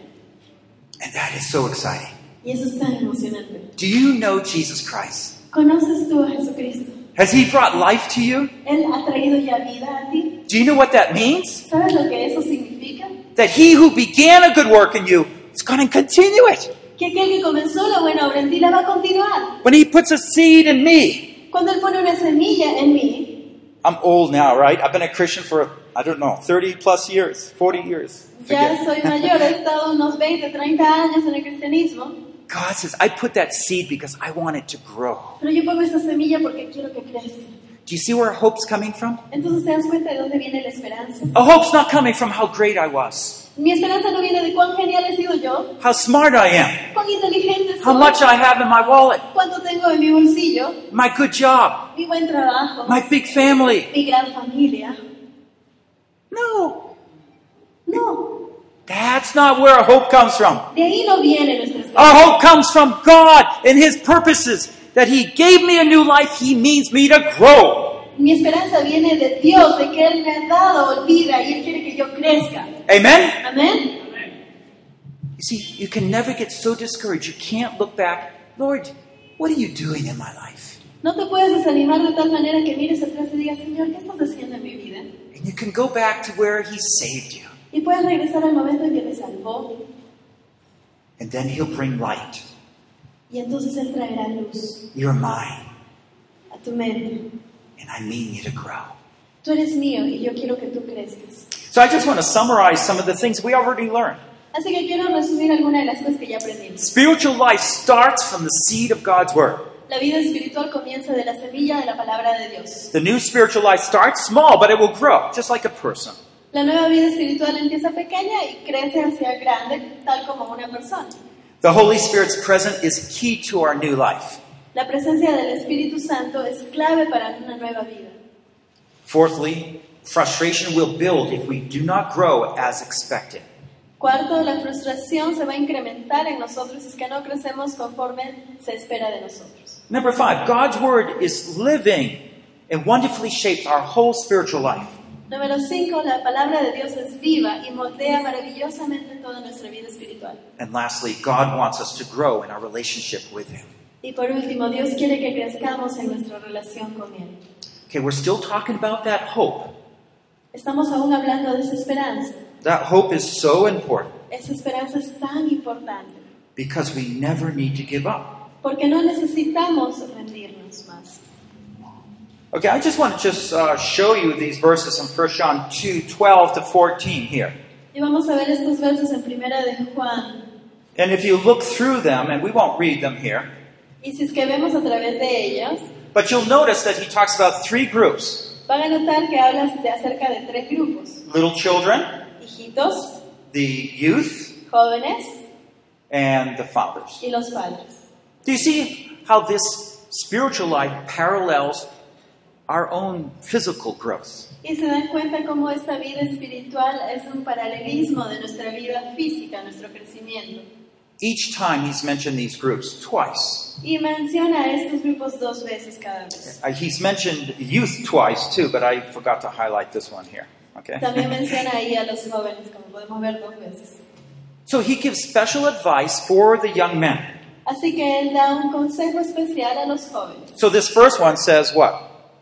Speaker 1: And that is so exciting.
Speaker 2: Y eso es tan emocionante.
Speaker 1: Do you know Jesus Christ?
Speaker 2: ¿Conoces tú a Jesucristo?
Speaker 1: Has He brought life to you?
Speaker 2: Él ha traído ya vida a ti.
Speaker 1: Do you know what that means?
Speaker 2: ¿Sabes lo que eso significa?
Speaker 1: That He who began a good work in you is going to continue it.
Speaker 2: Que aquel que comenzó la buena obra en ti la va a continuar.
Speaker 1: When He puts a seed in me,
Speaker 2: Cuando Él pone una semilla en mí,
Speaker 1: I'm old now, right? I've been a Christian for, I don't know, 30 plus years, 40 years.
Speaker 2: ya
Speaker 1: Forget.
Speaker 2: soy mayor, he estado unos 20, 30 años en el cristianismo,
Speaker 1: God says, I put that seed because I want it to grow.
Speaker 2: pero yo pongo esa semilla porque quiero que crezca.
Speaker 1: Do you see where hope's coming from?
Speaker 2: Entonces te das cuenta de dónde viene la esperanza.
Speaker 1: A hope's not coming from how great I was,
Speaker 2: Mi esperanza no viene de cuán genial he sido yo,
Speaker 1: how smart I am,
Speaker 2: cuán inteligente
Speaker 1: how
Speaker 2: soy,
Speaker 1: much I have in my wallet,
Speaker 2: cuánto tengo en mi bolsillo,
Speaker 1: my good job,
Speaker 2: mi buen trabajo,
Speaker 1: my big family.
Speaker 2: mi gran familia.
Speaker 1: No,
Speaker 2: No,
Speaker 1: that's not where our hope comes from.
Speaker 2: de ahí no viene nuestra esperanza.
Speaker 1: Our hope comes from God and His purposes. That He gave me a new life, He means me to grow.
Speaker 2: Mi esperanza viene de Dios, de que Él me ha dado vida y Él quiere que yo crezca.
Speaker 1: Amen?
Speaker 2: Amén.
Speaker 1: You see, you can never get so discouraged. You can't look back, Lord, what are you doing in my life?
Speaker 2: No te puedes desanimar de tal manera que mires atrás y digas, Señor, ¿qué estás haciendo en mi vida?
Speaker 1: And you can go back to where He saved you.
Speaker 2: Y puedes regresar al momento en que te salvó
Speaker 1: And then He'll bring light.
Speaker 2: y entonces Él traerá luz
Speaker 1: You're mine,
Speaker 2: a tu mente.
Speaker 1: and I mean you to grow.
Speaker 2: Tú eres mío y yo quiero que tú crezcas.
Speaker 1: So I just want to summarize some of the things we already learned.
Speaker 2: Así que quiero resumir algunas de las cosas que ya aprendimos.
Speaker 1: Spiritual life starts from the seed of God's Word.
Speaker 2: La vida espiritual comienza de la semilla de la palabra de Dios.
Speaker 1: The new spiritual life starts small, but it will grow, just like a person.
Speaker 2: La nueva vida espiritual empieza pequeña y crece hacia grande, tal como una persona.
Speaker 1: The Holy Spirit's presence is key to our new life.
Speaker 2: La presencia del Espíritu Santo es clave para una nueva vida.
Speaker 1: Fourthly, frustration will build if we do not grow as expected.
Speaker 2: Cuarto, la frustración se va a incrementar en nosotros si es que no crecemos conforme se espera de nosotros.
Speaker 1: Number five, God's Word is living and wonderfully shapes our whole spiritual life.
Speaker 2: Número cinco, la palabra de Dios es viva y moldea maravillosamente toda nuestra vida espiritual.
Speaker 1: And lastly, God wants us to grow in our relationship with Him.
Speaker 2: Y por último, Dios quiere que crezcamos en nuestra relación con Él.
Speaker 1: Okay, we're still talking about that hope.
Speaker 2: Estamos aún hablando de esa esperanza.
Speaker 1: That hope is so important
Speaker 2: Esa esperanza es tan importante
Speaker 1: because we never need to give up.
Speaker 2: porque no necesitamos rendirnos más.
Speaker 1: Okay, I just want to just uh, show you these verses in 1 John 2 12 to 14 here.
Speaker 2: Y vamos a ver estos versos en primera de Juan
Speaker 1: And if you look through them, and we won't read them here,
Speaker 2: Y si es que vemos a través de ellos,
Speaker 1: but you'll notice that he talks about three groups
Speaker 2: van a notar que hablas de acerca de tres grupos:
Speaker 1: little children,
Speaker 2: hijitos,
Speaker 1: the youth,
Speaker 2: jóvenes
Speaker 1: and the fathers.
Speaker 2: y los padres.
Speaker 1: Do you see how this spiritual life parallels our own physical growth?
Speaker 2: Y se dan cuenta cómo esta vida espiritual es un paralelismo de nuestra vida física, nuestro crecimiento.
Speaker 1: Each time he's mentioned these groups twice.
Speaker 2: Y menciona a estos grupos dos veces cada vez.
Speaker 1: Uh, He's mentioned youth twice too, but I forgot to highlight this one here.
Speaker 2: También
Speaker 1: Okay?
Speaker 2: menciona ahí a los jóvenes, como podemos ver dos veces.
Speaker 1: so he gives special advice for the young men.
Speaker 2: Así que él da un consejo especial a los jóvenes.
Speaker 1: So this first one says what?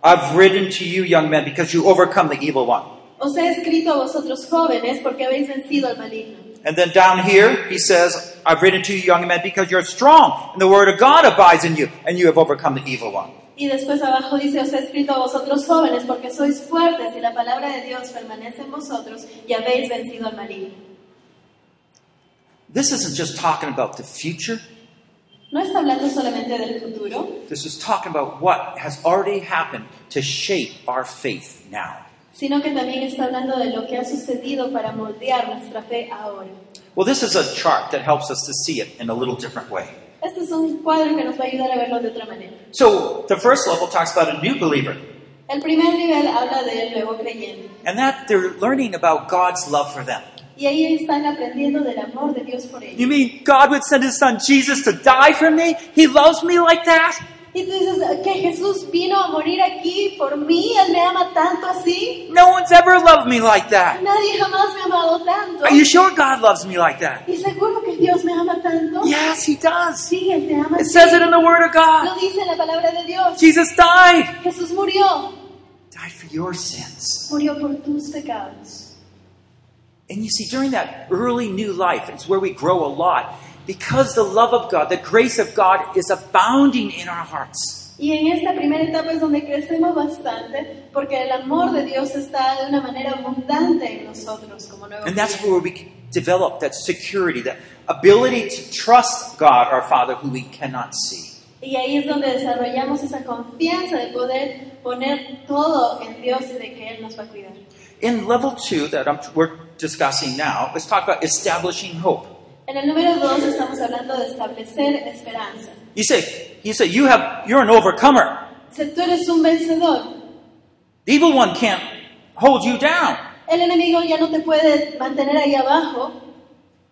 Speaker 1: I've written to you, young men, because you overcome the evil one.
Speaker 2: Os he escrito a vosotros jóvenes porque habéis vencido al maligno.
Speaker 1: And then down here, he says, I've written to you, young men, because you're strong, and the word of God abides in you, and you have overcome the evil one.
Speaker 2: Y después abajo dice, os he escrito a vosotros jóvenes porque sois fuertes y la palabra de Dios permanece en vosotros y habéis vencido al maligno.
Speaker 1: This isn't just talking about the future.
Speaker 2: No está hablando solamente del futuro,
Speaker 1: This is talking about what has already happened to shape our faith now.
Speaker 2: sino que también está hablando de lo que ha sucedido para moldear nuestra fe ahora.
Speaker 1: Well, this is a chart that helps us to see it in a little different way.
Speaker 2: Este es un cuadro que nos va a ayudar a verlo de otra manera.
Speaker 1: So, the first level talks about a new believer.
Speaker 2: El primer nivel habla del nuevo creyente.
Speaker 1: And that they're learning about God's love for them.
Speaker 2: Y ahí están aprendiendo del amor de Dios por
Speaker 1: You
Speaker 2: ellos.
Speaker 1: mean God would send his son Jesus to die for me? He loves me like that?
Speaker 2: Y tú dices, ¿que Jesús vino a morir aquí por mí? ¿Él me ama tanto así?
Speaker 1: No one's ever loved me like that.
Speaker 2: Nadie jamás me ha amado tanto.
Speaker 1: Are you sure God loves me like that?
Speaker 2: ¿Y seguro que Dios me ama tanto?
Speaker 1: Yes, he does.
Speaker 2: Sí, Él te ama.
Speaker 1: It
Speaker 2: así.
Speaker 1: says it in the Word of
Speaker 2: Lo
Speaker 1: God.
Speaker 2: dice en la palabra de Dios.
Speaker 1: Jesus died.
Speaker 2: Jesús murió.
Speaker 1: Died for your sins.
Speaker 2: Murió por tus pecados.
Speaker 1: And you see, during that early new life, it's where we grow a lot because the love of God, the grace of God is abounding in our hearts.
Speaker 2: Y en esta primera etapa es donde crecemos bastante porque el amor de Dios está de una manera abundante en nosotros como nuevos
Speaker 1: And that's
Speaker 2: creyentes.
Speaker 1: where we develop that security, that ability to trust God, our Father, who we cannot see.
Speaker 2: Y ahí es donde desarrollamos esa confianza de poder poner todo en Dios y de que Él nos va a cuidar.
Speaker 1: In level two that I'm, we're discussing now, let's talk about establishing hope.
Speaker 2: En el número 2 estamos hablando de establecer esperanza.
Speaker 1: You say, you say, you have, you're an overcomer.
Speaker 2: Dice, tú eres un vencedor.
Speaker 1: The evil one can't hold you down.
Speaker 2: El enemigo ya no te puede mantener ahí abajo.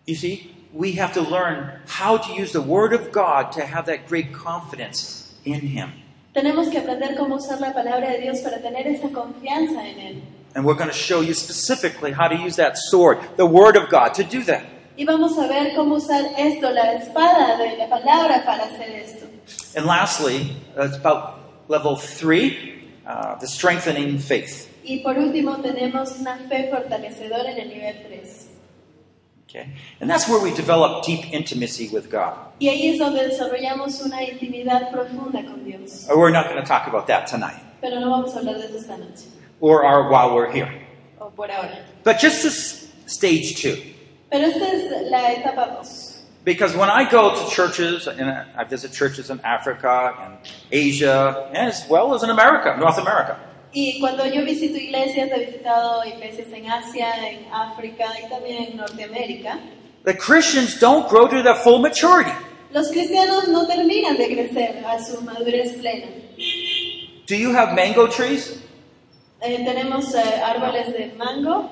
Speaker 1: You see, we have to learn how to use the Word of God to have that great confidence in Him.
Speaker 2: Tenemos que aprender cómo usar la palabra de Dios para tener esa confianza en Él.
Speaker 1: And we're going to show you specifically how to use that sword, the Word of God, to do that.
Speaker 2: Y vamos a ver cómo usar esto, la espada de la palabra, para hacer esto.
Speaker 1: And lastly, that's about level three, uh, the strengthening faith.
Speaker 2: Y por último, tenemos una fe fortalecedora en el nivel 3.
Speaker 1: Okay? And that's where we develop deep intimacy with God.
Speaker 2: Y ahí es donde desarrollamos una intimidad profunda con Dios.
Speaker 1: Uh, We're not going to talk about that tonight
Speaker 2: Pero no vamos a hablar de eso esta noche,
Speaker 1: or our, while we're here.
Speaker 2: o por ahora.
Speaker 1: But just this stage two.
Speaker 2: Pero esta es la etapa 2.
Speaker 1: Because when I go to churches, and I visit churches in Africa and Asia, as well as in America, North America,
Speaker 2: Y cuando yo visito iglesias, he visitado iglesias en Asia, en África y también en Norteamérica,
Speaker 1: the Christians don't grow to their full maturity.
Speaker 2: los cristianos no terminan de crecer a su madurez plena.
Speaker 1: Do you have mango trees?
Speaker 2: Eh, tenemos eh, árboles de mango.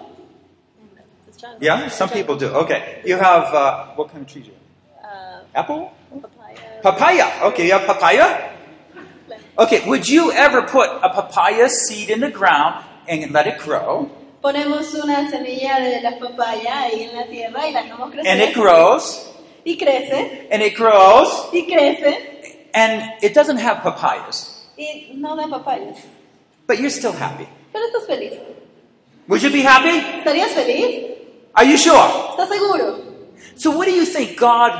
Speaker 1: Yeah, some people do. Okay. You have, uh, what kind of trees do you
Speaker 2: Uh,
Speaker 1: have? Apple?
Speaker 2: papaya.
Speaker 1: Papaya. Okay, you have papaya? Okay, would you ever put a papaya seed in the ground and let it grow?
Speaker 2: Ponemos una semilla de la papaya ahí en la tierra y la dejamos
Speaker 1: And
Speaker 2: crecer.
Speaker 1: it grows,
Speaker 2: Y crece,
Speaker 1: and it grows,
Speaker 2: y crece,
Speaker 1: and it doesn't have papayas,
Speaker 2: y no da papayas.
Speaker 1: but you're still happy.
Speaker 2: Pero estás feliz.
Speaker 1: Would you be happy?
Speaker 2: ¿Estarías feliz?
Speaker 1: Are you sure?
Speaker 2: ¿Estás seguro?
Speaker 1: So, what do you think God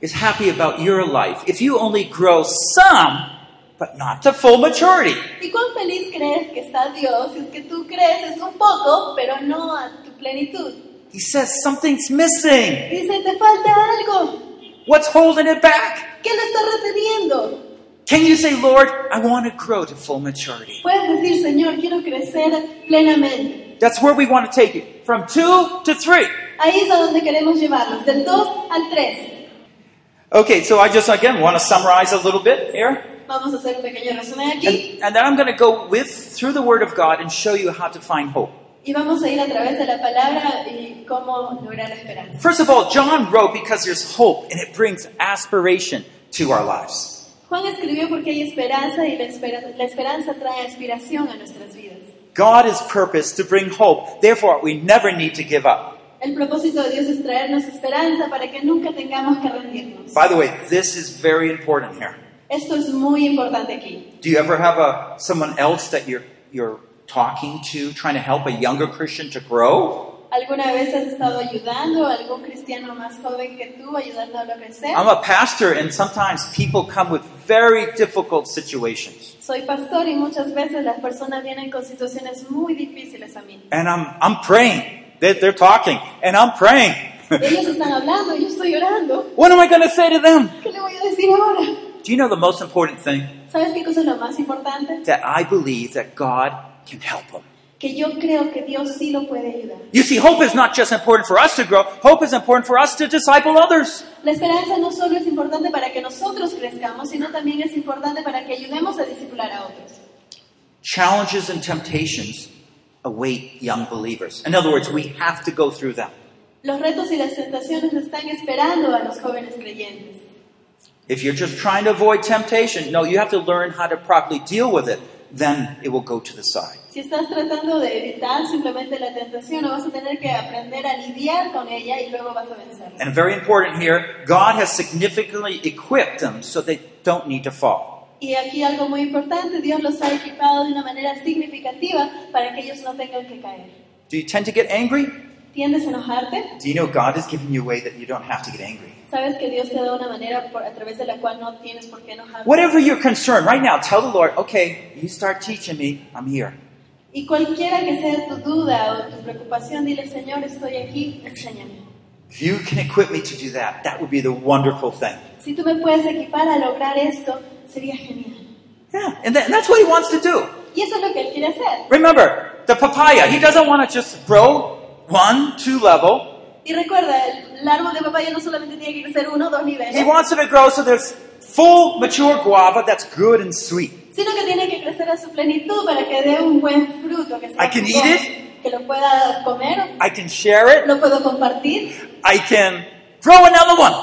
Speaker 1: is happy about your life if you only grow some, but not to full maturity?
Speaker 2: ¿Y cuán feliz crees que está Dios? Es que tú creces un poco, pero no a tu plenitud.
Speaker 1: He says something's missing.
Speaker 2: Dice, te falta algo.
Speaker 1: What's holding it back?
Speaker 2: ¿Qué lo está reteniendo?
Speaker 1: Can you say, Lord, I want to grow to full maturity?
Speaker 2: Puedes decir, Señor, quiero crecer plenamente.
Speaker 1: That's where we want to take it from two to three.
Speaker 2: Ahí es a donde queremos llevarnos, del 2 al 3.
Speaker 1: Okay, so I just again want to summarize a little bit here.
Speaker 2: Vamos a hacer un pequeño resumen aquí
Speaker 1: And, and then I'm going to go with through the Word of God and show you how to find hope.
Speaker 2: y vamos a ir a través de la palabra y cómo lograr esperanza.
Speaker 1: First of all, John wrote because there's hope and it brings aspiration to our lives.
Speaker 2: Juan escribió porque hay esperanza y la, espera- la esperanza trae aspiración a nuestras vidas.
Speaker 1: God is purpose to bring hope. Therefore, we never need to give up.
Speaker 2: El propósito de Dios es traernos esperanza para que nunca tengamos que rendirnos.
Speaker 1: By the way, this is very important here.
Speaker 2: Esto es muy importante aquí.
Speaker 1: Do you ever have a someone else that you're you're talking to, trying to help a younger Christian to grow?
Speaker 2: ¿Alguna vez has estado ayudando a algún cristiano más joven que tú, ayudándolo a crecer?
Speaker 1: I'm a pastor, and sometimes people come with very difficult situations,
Speaker 2: Soy pastor y muchas veces las personas vienen con situaciones muy difíciles a mí.
Speaker 1: and I'm I'm praying. They're, they're talking, and I'm praying.
Speaker 2: Ellos están hablando, yo estoy orando.
Speaker 1: what am I going to say to them?
Speaker 2: ¿Qué le voy a decir ahora?
Speaker 1: Do you know the most important thing
Speaker 2: ¿Sabes qué cosa es lo más importante?
Speaker 1: that I believe that God can help them.
Speaker 2: Que yo creo que Dios sí lo puede ayudar.
Speaker 1: You see, hope is not just important for us to grow. Hope is important for us to disciple others.
Speaker 2: La esperanza no solo es importante para que nosotros crezcamos, sino también es importante para que ayudemos a discipular a otros.
Speaker 1: challenges and temptations await young believers. In other words, we have to go through them.
Speaker 2: Los retos y las tentaciones están esperando a los jóvenes creyentes.
Speaker 1: If you're just trying to avoid temptation, no, you have to learn how to properly deal with it. Then it will go to the side.
Speaker 2: Si estás tratando de evitar simplemente la tentación, vas a tener que aprender a lidiar con ella y luego vas a vencerla.
Speaker 1: And very important here, God has significantly equipped them so they don't need to fall.
Speaker 2: Y aquí algo muy importante, Dios los ha equipado de una manera significativa para que ellos no tengan que caer.
Speaker 1: Do you tend to get angry?
Speaker 2: ¿Tiendes a enojarte?
Speaker 1: Do you know God has given you a way that you don't have to get angry?
Speaker 2: Sabes que Dios te da una manera por- a través de la cual no tienes por qué enojarte.
Speaker 1: Whatever your concern, right now, tell the Lord, okay, you start teaching me, I'm here.
Speaker 2: Y cualquiera que sea tu duda o tu preocupación, dile, Señor, estoy aquí, enséñame.
Speaker 1: If you can equip me to do that, that would be the wonderful thing.
Speaker 2: Si tú me puedes equipar a lograr esto, sería genial.
Speaker 1: Yeah, and, tha- and that's what he wants to do.
Speaker 2: Y eso es lo que Él quiere hacer.
Speaker 1: Remember, the papaya, he doesn't want to just grow one, two level.
Speaker 2: Y recuerda, el, el árbol de papaya no solamente tiene que crecer uno o dos
Speaker 1: He
Speaker 2: niveles,
Speaker 1: wants it to grow so there's full mature guava that's good and sweet.
Speaker 2: sino que tiene que crecer a su plenitud para que dé un buen fruto, que sea
Speaker 1: I can
Speaker 2: jugoso,
Speaker 1: eat it.
Speaker 2: que lo pueda comer,
Speaker 1: I can share it.
Speaker 2: lo puedo compartir
Speaker 1: I can grow another one.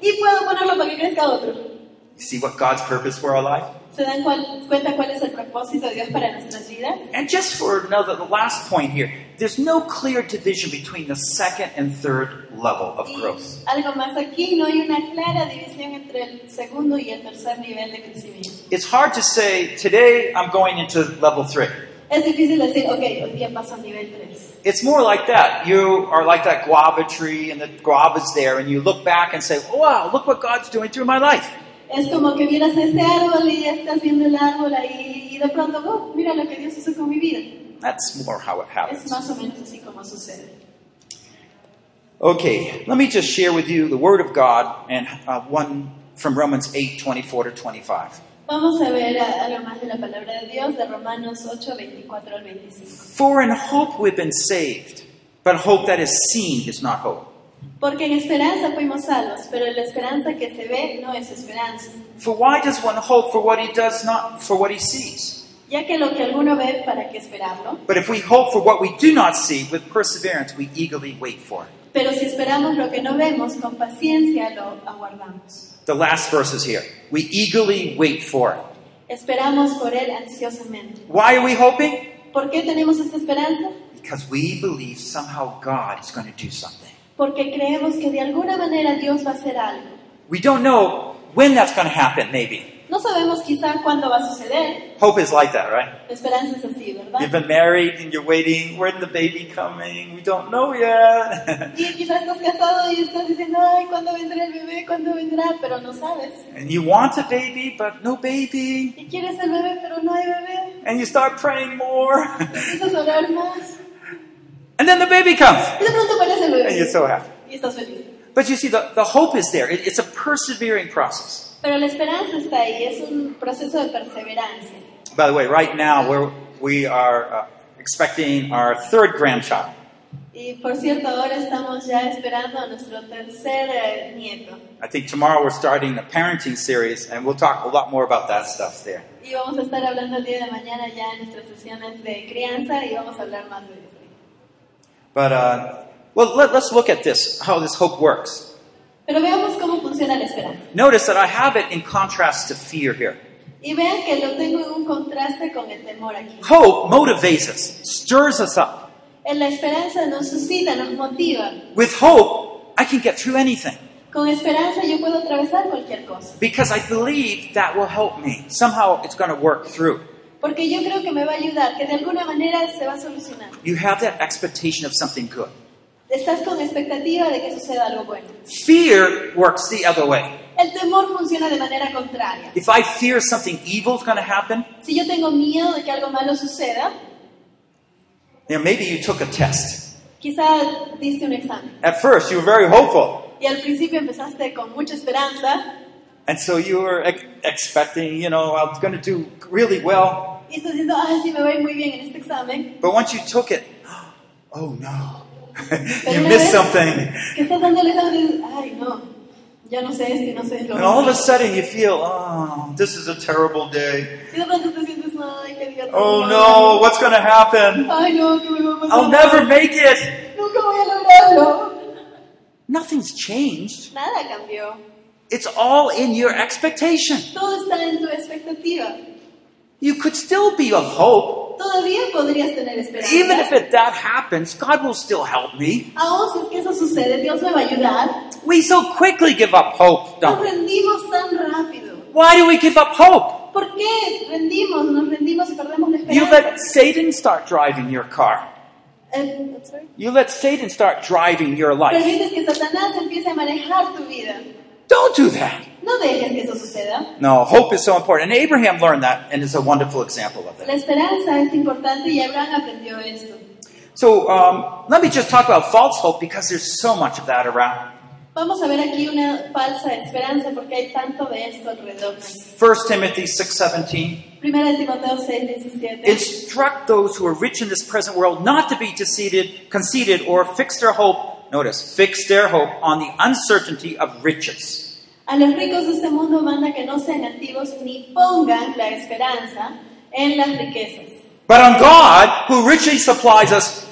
Speaker 2: y puedo ponerlo para que crezca otro.
Speaker 1: You see what God's purpose for our life?
Speaker 2: ¿Se dan cual- cuenta cuál es el propósito de Dios para nuestras vidas?
Speaker 1: And just for another, the last point here, there's no clear division between the second and third level of
Speaker 2: Y
Speaker 1: growth.
Speaker 2: algo más aquí, no hay una clara división entre el segundo y el tercer nivel de crecimiento.
Speaker 1: It's hard to say, today I'm going into level three.
Speaker 2: Es difícil decir, ok, hoy día paso al nivel 3.
Speaker 1: It's more like that. You are like that guava tree, and the guava's there, and you look back and say, "Oh, wow, look what God's doing through my life.
Speaker 2: Es como que vieras este árbol y ya estás viendo el árbol ahí y de pronto, oh, mira lo que Dios hizo con mi vida.
Speaker 1: That's more how it
Speaker 2: Es
Speaker 1: happens.
Speaker 2: más o menos así como sucede.
Speaker 1: Okay, let me just share with you the Word of God and uh, one from Romans 8 24 to 25.
Speaker 2: Vamos a ver a- algo más de la palabra de Dios de Romanos 8, 24 al 25.
Speaker 1: For in hope we've been saved, but hope that is seen is not hope.
Speaker 2: Porque en esperanza fuimos salvos, pero la esperanza que se ve no es esperanza.
Speaker 1: For why does one hope for what he does not for what he sees?
Speaker 2: Ya que lo que alguno ve, ¿para qué esperarlo?
Speaker 1: But if we hope for what we do not see, with perseverance we eagerly wait for it.
Speaker 2: Pero si esperamos lo que no vemos, con paciencia lo aguardamos.
Speaker 1: The last verse is here. We eagerly wait for it.
Speaker 2: Esperamos por Él ansiosamente.
Speaker 1: Why are we hoping?
Speaker 2: ¿Por qué tenemos esta esperanza?
Speaker 1: Because we believe somehow God is going to do something.
Speaker 2: Porque creemos que de alguna manera Dios va a hacer algo.
Speaker 1: We don't know when that's going to happen, maybe.
Speaker 2: No sabemos quizá cuándo va a suceder.
Speaker 1: Hope is like that, right?
Speaker 2: La esperanza es así,
Speaker 1: You've
Speaker 2: ¿verdad?
Speaker 1: been married and you're waiting. When's the baby coming? We don't know yet.
Speaker 2: Y quizás estás casado y estás diciendo, ay, ¿cuándo vendrá el bebé? ¿Cuándo vendrá? Pero no sabes.
Speaker 1: and you want a baby, but no baby.
Speaker 2: Y quieres el bebé, pero no hay bebé.
Speaker 1: And you start praying more. and
Speaker 2: Empiezas a orar más.
Speaker 1: then the baby comes.
Speaker 2: Y de pronto aparece el
Speaker 1: And you're
Speaker 2: bebé.
Speaker 1: so happy.
Speaker 2: Y estás feliz.
Speaker 1: But you see, the, the hope is there. It- it's a persevering process.
Speaker 2: Pero la esperanza está ahí, es un proceso de perseverancia.
Speaker 1: By the way, right now, we're, we are uh, expecting our third grandchild.
Speaker 2: Y por cierto, ahora estamos ya esperando a nuestro tercer eh, nieto.
Speaker 1: I think tomorrow we're starting a parenting series, and we'll talk a lot more about that stuff there.
Speaker 2: Y vamos a estar hablando el día de mañana ya en nuestras sesiones de crianza y vamos a hablar más de esto.
Speaker 1: But, uh, well, let, let's look at this, how this hope works.
Speaker 2: Pero veamos cómo funciona la esperanza.
Speaker 1: Notice that I have it in contrast to fear here.
Speaker 2: Y vean que lo tengo en un contraste con el temor aquí.
Speaker 1: Hope motivates us, stirs us up.
Speaker 2: En la esperanza nos suscita, nos motiva.
Speaker 1: With hope, I can get through anything
Speaker 2: Con esperanza yo puedo atravesar cualquier cosa.
Speaker 1: because I believe that will help me. Somehow it's going to work through.
Speaker 2: Porque yo creo que me va a ayudar, que de alguna manera se va a solucionar.
Speaker 1: You have that expectation of something good.
Speaker 2: Estás con expectativa de que suceda algo bueno.
Speaker 1: Fear works the other way.
Speaker 2: El temor funciona de manera contraria.
Speaker 1: If I fear something evil is going to happen,
Speaker 2: Si yo tengo miedo de que algo malo suceda,
Speaker 1: you know, maybe you took a test.
Speaker 2: quizá diste un examen
Speaker 1: At first, you were very hopeful.
Speaker 2: y al principio empezaste con mucha esperanza
Speaker 1: And so you were ex- expecting, you know, I'm going to do really well.
Speaker 2: y estás diciendo, ay, sí, me va a ir muy bien en este examen.
Speaker 1: But once you took it, oh no,
Speaker 2: Pero
Speaker 1: you
Speaker 2: una vez
Speaker 1: missed something.
Speaker 2: Que estás dando el examen y dices, ay, no, ya no sé esto y no sé lo
Speaker 1: And all of
Speaker 2: otro.
Speaker 1: a sudden you feel, oh, this is a terrible day.
Speaker 2: Y de pronto te sientes, ay, que diga
Speaker 1: Oh no, what's going to happen?
Speaker 2: Ay no, ¿qué me va a pasar?
Speaker 1: I'll never make it.
Speaker 2: Nunca voy a lograrlo.
Speaker 1: Nothing's changed.
Speaker 2: Nada cambió.
Speaker 1: It's all in your expectation.
Speaker 2: Todo está en tu expectativa.
Speaker 1: You could still be of hope.
Speaker 2: Todavía podrías tener esperanza.
Speaker 1: Even if it, that happens, God will still help me.
Speaker 2: Aún si es que eso sucede, Dios me va a ayudar.
Speaker 1: We so quickly give up
Speaker 2: Nos
Speaker 1: hope, don't we?
Speaker 2: rendimos tan rápido.
Speaker 1: Why do we give up hope?
Speaker 2: ¿Por qué rendimos, nos rendimos y perdemos la
Speaker 1: You
Speaker 2: esperanza?
Speaker 1: let Satan start driving your car.
Speaker 2: Eh, sorry.
Speaker 1: You let Satan start driving your life.
Speaker 2: Permites que Satanás empiece a manejar tu vida.
Speaker 1: Don't do that.
Speaker 2: No dejes que eso suceda.
Speaker 1: No, hope is so important. And Abraham learned that and is a wonderful example of
Speaker 2: La
Speaker 1: that.
Speaker 2: esperanza es importante y Abraham aprendió esto.
Speaker 1: So um, let me just talk about false hope because there's so much of that around.
Speaker 2: Vamos a ver aquí una falsa esperanza porque hay tanto de esto alrededor.
Speaker 1: 1 Timothy 6.17,
Speaker 2: Primera de Timoteo 6, 17.
Speaker 1: instruct those who are rich in this present world not to be deceived, conceited or fix their hope, notice, fix their hope on the uncertainty of riches.
Speaker 2: A los ricos de este mundo manda que no sean activos ni pongan la esperanza en las riquezas,
Speaker 1: But on God, who richly supplies us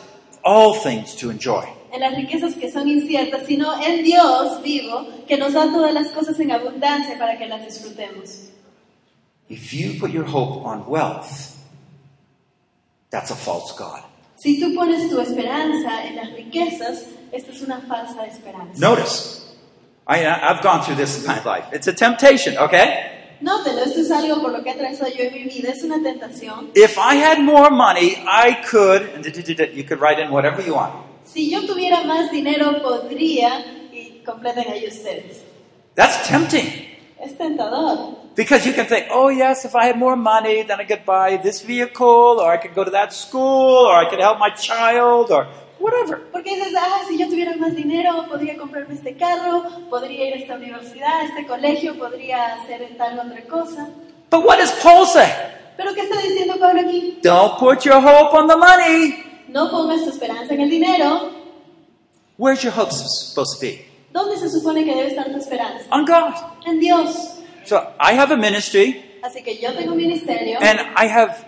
Speaker 1: all things to enjoy.
Speaker 2: en las riquezas que son inciertas, sino en Dios vivo, que nos da todas las cosas en abundancia para que las disfrutemos.
Speaker 1: If you put your hope on wealth, that's a false God.
Speaker 2: Si tú pones tu esperanza en las riquezas, esta es una falsa esperanza.
Speaker 1: Notice, I, I've gone through this in my life. It's a temptation, okay?
Speaker 2: Nótelo, esto es algo por lo que he atravesado yo en mi vida, es una tentación.
Speaker 1: If I had more money, I could, and da-da-da-da, you could write in whatever you want.
Speaker 2: Si yo tuviera más dinero, podría, y completen ahí ustedes.
Speaker 1: That's tempting
Speaker 2: Es tentador,
Speaker 1: because you can think, oh, yes, if I had more money, then I could buy this vehicle, or I could go to that school, or I could help my child, or whatever.
Speaker 2: porque dices, ah, si yo tuviera más dinero, podría comprarme este carro, podría ir a esta universidad, a este colegio, podría hacer tal otra cosa.
Speaker 1: But what does Paul say?
Speaker 2: Pero ¿qué está diciendo Pablo aquí?
Speaker 1: Don't put your hope on the money.
Speaker 2: No pongas tu esperanza en el dinero.
Speaker 1: Where's your hope supposed to be?
Speaker 2: ¿Dónde se supone que debe estar tu esperanza?
Speaker 1: On God.
Speaker 2: En Dios.
Speaker 1: So I have a ministry,
Speaker 2: Así que yo tengo un ministerio
Speaker 1: and I have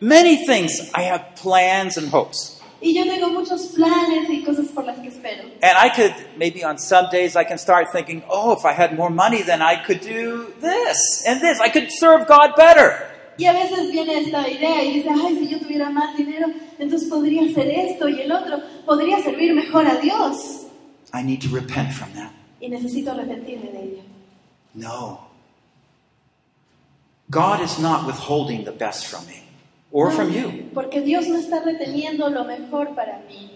Speaker 1: many things. I have plans and hopes,
Speaker 2: y yo tengo muchos planes y cosas por las que espero.
Speaker 1: and I could maybe on some days I can start thinking, oh, if I had more money, then I could do this and this. I could serve God better.
Speaker 2: Y a veces viene esta idea y dice, ay, si yo tuviera más dinero, entonces podría hacer esto y el otro, podría servir mejor a Dios.
Speaker 1: I need to repent from that.
Speaker 2: Y necesito arrepentirme de ello.
Speaker 1: No. God is not withholding the best from me or from you.
Speaker 2: Ah, Porque Dios no está reteniendo lo mejor para mí,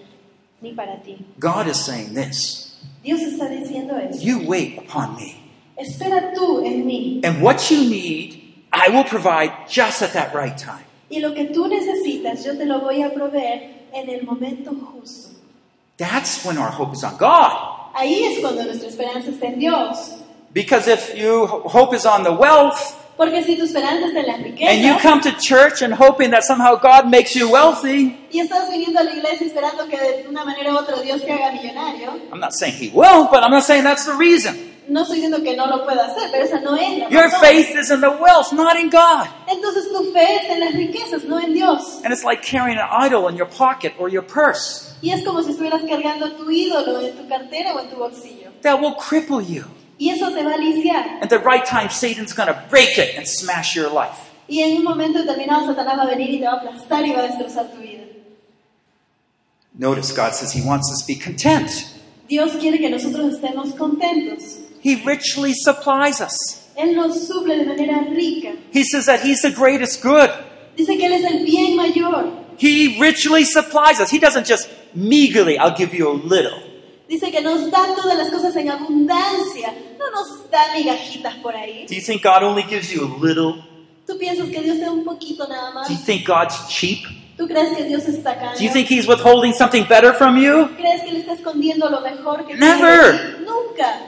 Speaker 2: ni para ti.
Speaker 1: God is saying this:
Speaker 2: Dios está diciendo eso.
Speaker 1: You wait upon me,
Speaker 2: Espera tú en mí.
Speaker 1: and what you need, I will provide just at that right time.
Speaker 2: Y lo que tú necesitas, yo te lo voy a proveer en el momento justo.
Speaker 1: That's when our hope is on God.
Speaker 2: Ahí es cuando nuestra esperanza está en Dios.
Speaker 1: Because if you hope is on the wealth
Speaker 2: Porque si tu esperanza está en las
Speaker 1: and you
Speaker 2: riquezas
Speaker 1: come to church and hoping that somehow God makes you wealthy,
Speaker 2: y estás viniendo a la iglesia esperando que de una manera u otra Dios te haga millonario,
Speaker 1: I'm not saying He will, but I'm not saying that's the reason.
Speaker 2: no estoy diciendo que no lo pueda hacer, pero esa no es la
Speaker 1: Your
Speaker 2: razón.
Speaker 1: faith is in the wealth, not in God.
Speaker 2: Entonces tu fe está en las riquezas, no en Dios.
Speaker 1: And it's like carrying an idol in your pocket or your purse
Speaker 2: Y es como si estuvieras cargando tu ídolo en tu cartera o en tu bolsillo.
Speaker 1: that will cripple you.
Speaker 2: Y eso te va a lisiar.
Speaker 1: At the right time, Satan's going to break it and smash your life.
Speaker 2: Y en un momento determinado Satanás va a venir y te va a aplastar y va a destrozar tu vida.
Speaker 1: Notice God says He wants us to be content.
Speaker 2: Dios quiere que nosotros estemos contentos.
Speaker 1: He richly supplies us.
Speaker 2: Él nos suple de manera rica.
Speaker 1: He says that He's the greatest good.
Speaker 2: Dice que Él es el bien mayor.
Speaker 1: He richly supplies us. He doesn't just meagerly, I'll give you a little.
Speaker 2: Dice que nos da todas las cosas en abundancia. No nos da migajitas por ahí.
Speaker 1: Do you think God only gives you a little?
Speaker 2: ¿Tú piensas que Dios te da un poquito nada
Speaker 1: Do you
Speaker 2: más?
Speaker 1: think God's cheap?
Speaker 2: ¿Tú crees que Dios está acá?
Speaker 1: Do you think He's withholding something better from you?
Speaker 2: ¿Crees que le está escondiendo lo mejor que
Speaker 1: Never.
Speaker 2: tiene? de ti? Nunca.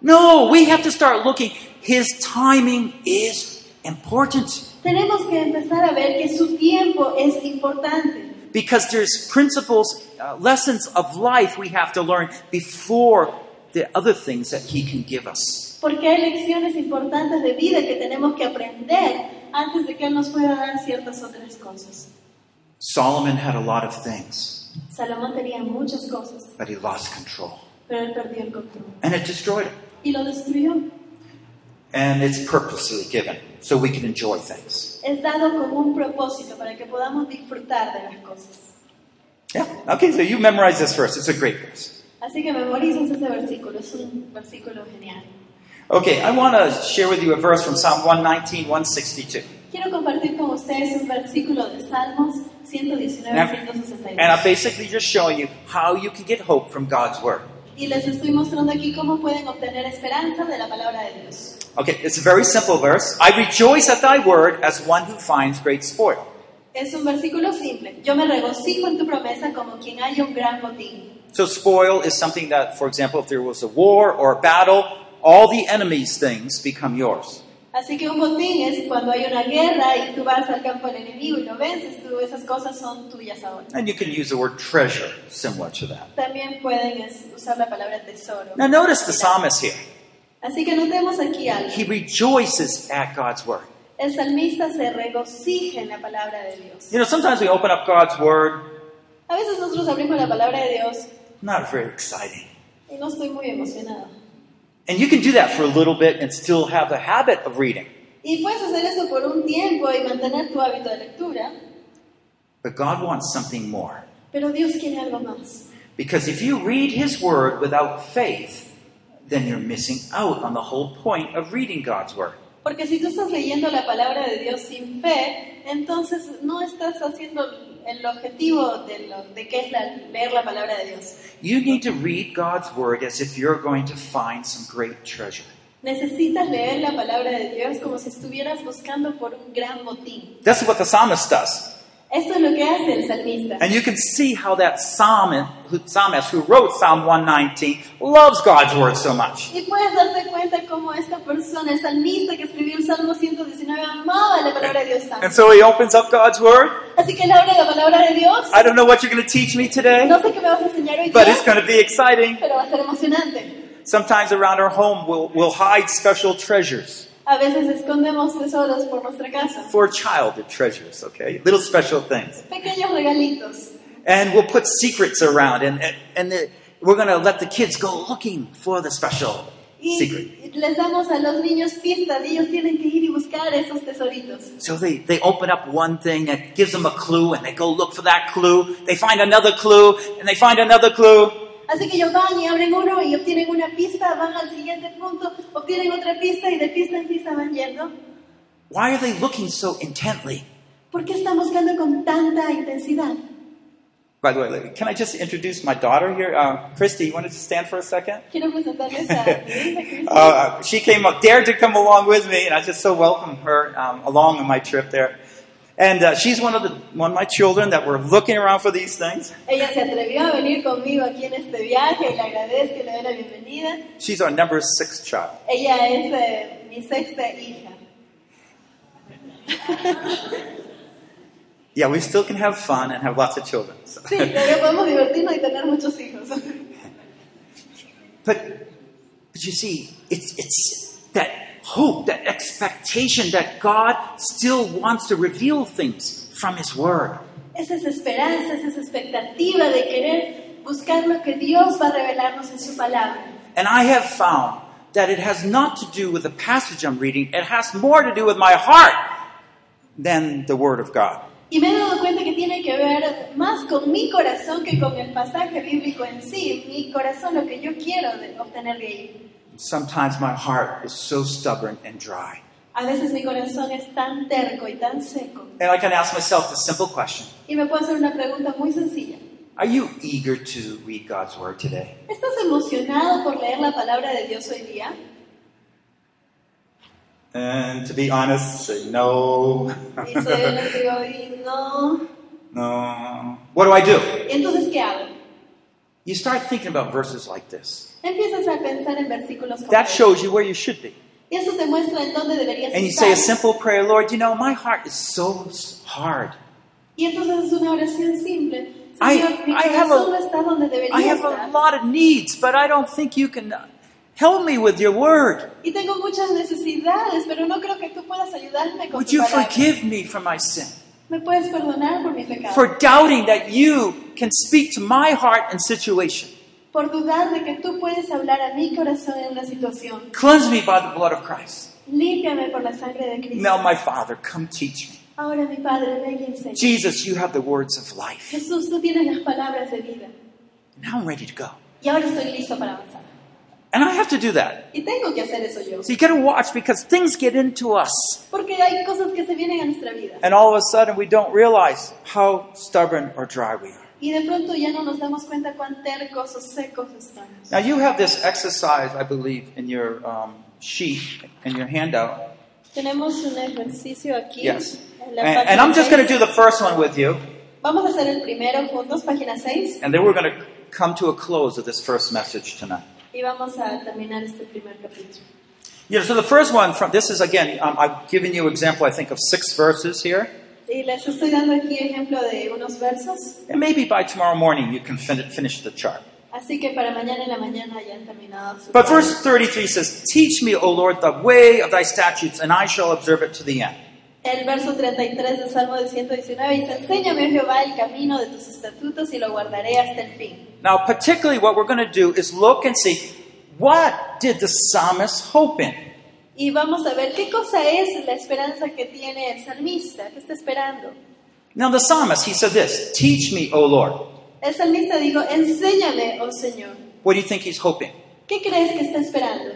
Speaker 1: No, we have to start looking. His timing is important
Speaker 2: Tenemos que empezar a ver que su tiempo es importante.
Speaker 1: because there's principles, uh, lessons of life we have to learn before the other things that He can give us.
Speaker 2: Porque hay lecciones importantes de vida que tenemos que aprender antes de que Él nos pueda dar ciertas otras cosas.
Speaker 1: Solomon had a lot of things,
Speaker 2: Salomón tenía muchas cosas,
Speaker 1: but he lost control
Speaker 2: pero Él perdió el control
Speaker 1: and it destroyed him.
Speaker 2: y lo destruyó.
Speaker 1: And it's purposely given so we can enjoy things.
Speaker 2: Es dado con un propósito para que podamos disfrutar de las cosas.
Speaker 1: Yeah. Okay, so you memorize this verse. It's a great verse.
Speaker 2: Así que memoricen ese versículo, es un versículo genial.
Speaker 1: Okay, I want to share with you a verse from Psalm 119, 162.
Speaker 2: Quiero compartir con ustedes un versículo de Salmos 119,
Speaker 1: And I'm
Speaker 2: 162.
Speaker 1: basically just showing you how you can get hope from God's word.
Speaker 2: Y les estoy mostrando aquí cómo pueden obtener esperanza de la palabra de Dios.
Speaker 1: Okay, it's a very simple verse. I rejoice at thy word as one who finds great spoil.
Speaker 2: Es un versículo simple. Yo me regocijo en tu promesa como quien haya un gran botín.
Speaker 1: So spoil is something that, for example, if there was a war or a battle, all the enemy's things become yours.
Speaker 2: Así que un botín es cuando hay una guerra y tú vas al campo del enemigo y lo vences, tú, esas cosas son tuyas ahora.
Speaker 1: And you can use the word treasure similar to that.
Speaker 2: También pueden es, usar la palabra tesoro.
Speaker 1: Now notice the psalmist here.
Speaker 2: Así que notemos aquí algo.
Speaker 1: He rejoices at God's word.
Speaker 2: El salmista se regocija en la palabra de Dios.
Speaker 1: You know, sometimes we open up God's word,
Speaker 2: A veces nosotros abrimos la palabra de Dios
Speaker 1: not very exciting.
Speaker 2: y no estoy muy emocionado.
Speaker 1: And you can do that for a little bit and still have the habit of reading.
Speaker 2: Y puedes hacer eso por un tiempo y mantener tu hábito de lectura,
Speaker 1: But God wants something more.
Speaker 2: pero Dios quiere algo más.
Speaker 1: Because if you read His Word without faith, then you're missing out on the whole point of reading God's Word.
Speaker 2: Porque si tú estás leyendo la palabra de Dios sin fe, entonces no estás haciendo el objetivo de, lo, de qué es la- leer la palabra de Dios.
Speaker 1: You need to read God's Word as if you're going to find some great treasure.
Speaker 2: Necesitas leer la palabra de Dios como si estuvieras buscando por un gran botín.
Speaker 1: That's what the psalmist does.
Speaker 2: Esto es lo que hace el salmista.
Speaker 1: And you can see how that psalmist who, psalmist who wrote Psalm 119 loves God's Word so much.
Speaker 2: Y puedes darte cuenta cómo esta persona, el salmista que escribió el Salmo 119, amaba la palabra de Dios
Speaker 1: And
Speaker 2: tanto.
Speaker 1: so he opens up God's Word.
Speaker 2: Así que él abre la palabra de Dios.
Speaker 1: I don't know what you're going to teach me today,
Speaker 2: No sé qué me vas a enseñar hoy
Speaker 1: but it's
Speaker 2: día,
Speaker 1: going to be exciting.
Speaker 2: pero va a ser emocionante.
Speaker 1: Sometimes around our home, we'll, we'll hide special treasures.
Speaker 2: A veces escondemos tesoros por nuestra casa.
Speaker 1: for a child the treasures, okay? Little special things.
Speaker 2: Pequeños regalitos.
Speaker 1: And we'll put secrets around, and, and, and the, we're going to let the kids go looking for the special secret.
Speaker 2: Y les damos a los niños pistas y ellos tienen que ir y buscar esos tesoritos.
Speaker 1: So they, they open up one thing that gives them a clue, and they go look for that clue. They find another clue, and they find another clue.
Speaker 2: Así que ellos van y abren uno y obtienen una pista, van al siguiente punto, obtienen otra pista y de pista en pista van yendo.
Speaker 1: Why are they looking so intently?
Speaker 2: ¿Por qué están buscando con tanta intensidad?
Speaker 1: By the way, can I just introduce my daughter here? Uh, Christy, you want to just stand for a second?
Speaker 2: Quiero presentarles a mi hija, Cristina.
Speaker 1: Uh, she came up, dared to come along with me, and I just so welcomed her um, along on my trip there. And uh, she's one of the one of my children that were looking around for these things.
Speaker 2: Ella se atrevió a venir conmigo aquí en este viaje y le agradezco y le doy la bienvenida.
Speaker 1: She's our number six child.
Speaker 2: Ella es eh, mi sexta hija.
Speaker 1: Yeah, we still can have fun and have lots of children. so.
Speaker 2: Sí, todavía podemos divertirnos y tener muchos hijos.
Speaker 1: but but you see, it's it's that hope, that expectation that God still wants to reveal things from His Word.
Speaker 2: Esa es esperanza, esa es expectativa de querer buscar lo que Dios va a revelarnos en su palabra.
Speaker 1: And I have found that it has not to do with the passage I'm reading, it has more to do with my heart than the Word of God.
Speaker 2: Y me he dado cuenta que tiene que ver más con mi corazón que con el pasaje bíblico en sí, mi corazón, lo que yo quiero de- obtener de ahí.
Speaker 1: Sometimes my heart is so stubborn and dry.
Speaker 2: A veces mi corazón es tan terco y tan seco.
Speaker 1: And I can ask myself the simple question
Speaker 2: Y me puedo hacer una pregunta muy sencilla.
Speaker 1: Are you eager to read God's Word today?
Speaker 2: ¿Estás emocionado por leer la palabra de Dios hoy día?
Speaker 1: And to be honest, say no.
Speaker 2: Y soy yo les digo, y no.
Speaker 1: no. What do I do?
Speaker 2: Entonces, ¿qué hago?
Speaker 1: You start thinking about verses like this.
Speaker 2: Empiezas a pensar en versículos como
Speaker 1: That
Speaker 2: este.
Speaker 1: shows you where you should be.
Speaker 2: Y eso te muestra en dónde deberías
Speaker 1: And you
Speaker 2: estar.
Speaker 1: say a simple prayer Lord, you know, my heart is so hard.
Speaker 2: y entonces es una oración simple.
Speaker 1: I-
Speaker 2: Señor, mi
Speaker 1: I have
Speaker 2: corazón
Speaker 1: a-
Speaker 2: no está donde debería
Speaker 1: I have
Speaker 2: estar.
Speaker 1: a lot of needs, but I don't think you can help me with your word.
Speaker 2: Y tengo muchas necesidades, pero no creo que tú puedas ayudarme con
Speaker 1: Would
Speaker 2: tu
Speaker 1: you
Speaker 2: palabra.
Speaker 1: forgive me for my sin?
Speaker 2: ¿Me puedes perdonar por mi pecado?
Speaker 1: For doubting that you can speak to my heart and situation.
Speaker 2: por dudar de que tú puedes hablar a mi corazón en una situación.
Speaker 1: Cleanse me by the blood of Christ.
Speaker 2: Límpiame por la sangre de Cristo.
Speaker 1: Now, my Father, come teach me.
Speaker 2: Ahora mi Padre, ven y enseña.
Speaker 1: Jesus, you have the words of life.
Speaker 2: Jesús, tú tienes las palabras de vida.
Speaker 1: Now I'm ready to go.
Speaker 2: Y ahora estoy listo para avanzar.
Speaker 1: And I have to do that.
Speaker 2: Y tengo que hacer eso yo.
Speaker 1: So you got to watch because things get into us.
Speaker 2: Porque hay cosas que se vienen a nuestra vida.
Speaker 1: And all of a sudden, we don't realize how stubborn or dry we are.
Speaker 2: Y de pronto ya no nos damos cuenta cuán tercos o secos estamos.
Speaker 1: Now, you have this exercise, I believe, in your um, sheet, in your handout.
Speaker 2: Tenemos un ejercicio aquí.
Speaker 1: Yes.
Speaker 2: en
Speaker 1: And,
Speaker 2: la página
Speaker 1: and I'm just going to
Speaker 2: seis.
Speaker 1: do the first one with you.
Speaker 2: Vamos a hacer el primero juntos, página 6.
Speaker 1: And then we're going to come to a close of this first message tonight.
Speaker 2: Y vamos a terminar este primer capítulo.
Speaker 1: You know, so the first one from this is again, um, I've given you example, I think, of six verses here.
Speaker 2: Y les estoy dando aquí ejemplo de unos versos,
Speaker 1: And maybe by tomorrow morning you can fin- finish the chart.
Speaker 2: así que para mañana en la mañana ya han terminado. su
Speaker 1: But
Speaker 2: trabajo.
Speaker 1: verse 33 says, Teach me, O Lord, the way of thy statutes, and I shall observe it to the end.
Speaker 2: El verso 33 del Salmo de 119 dice, Enséñame, oh Jehová, el camino de tus estatutos y lo guardaré hasta el fin.
Speaker 1: Now, particularly what we're going to do is look and see what did the psalmist hope in?
Speaker 2: Y vamos a ver qué cosa es la esperanza que tiene el salmista, qué está esperando.
Speaker 1: Now, the psalmist, he said this Teach me, O Lord.
Speaker 2: El salmista dijo, enséñame, oh Señor,
Speaker 1: What do you think he's hoping?
Speaker 2: ¿qué crees que está esperando?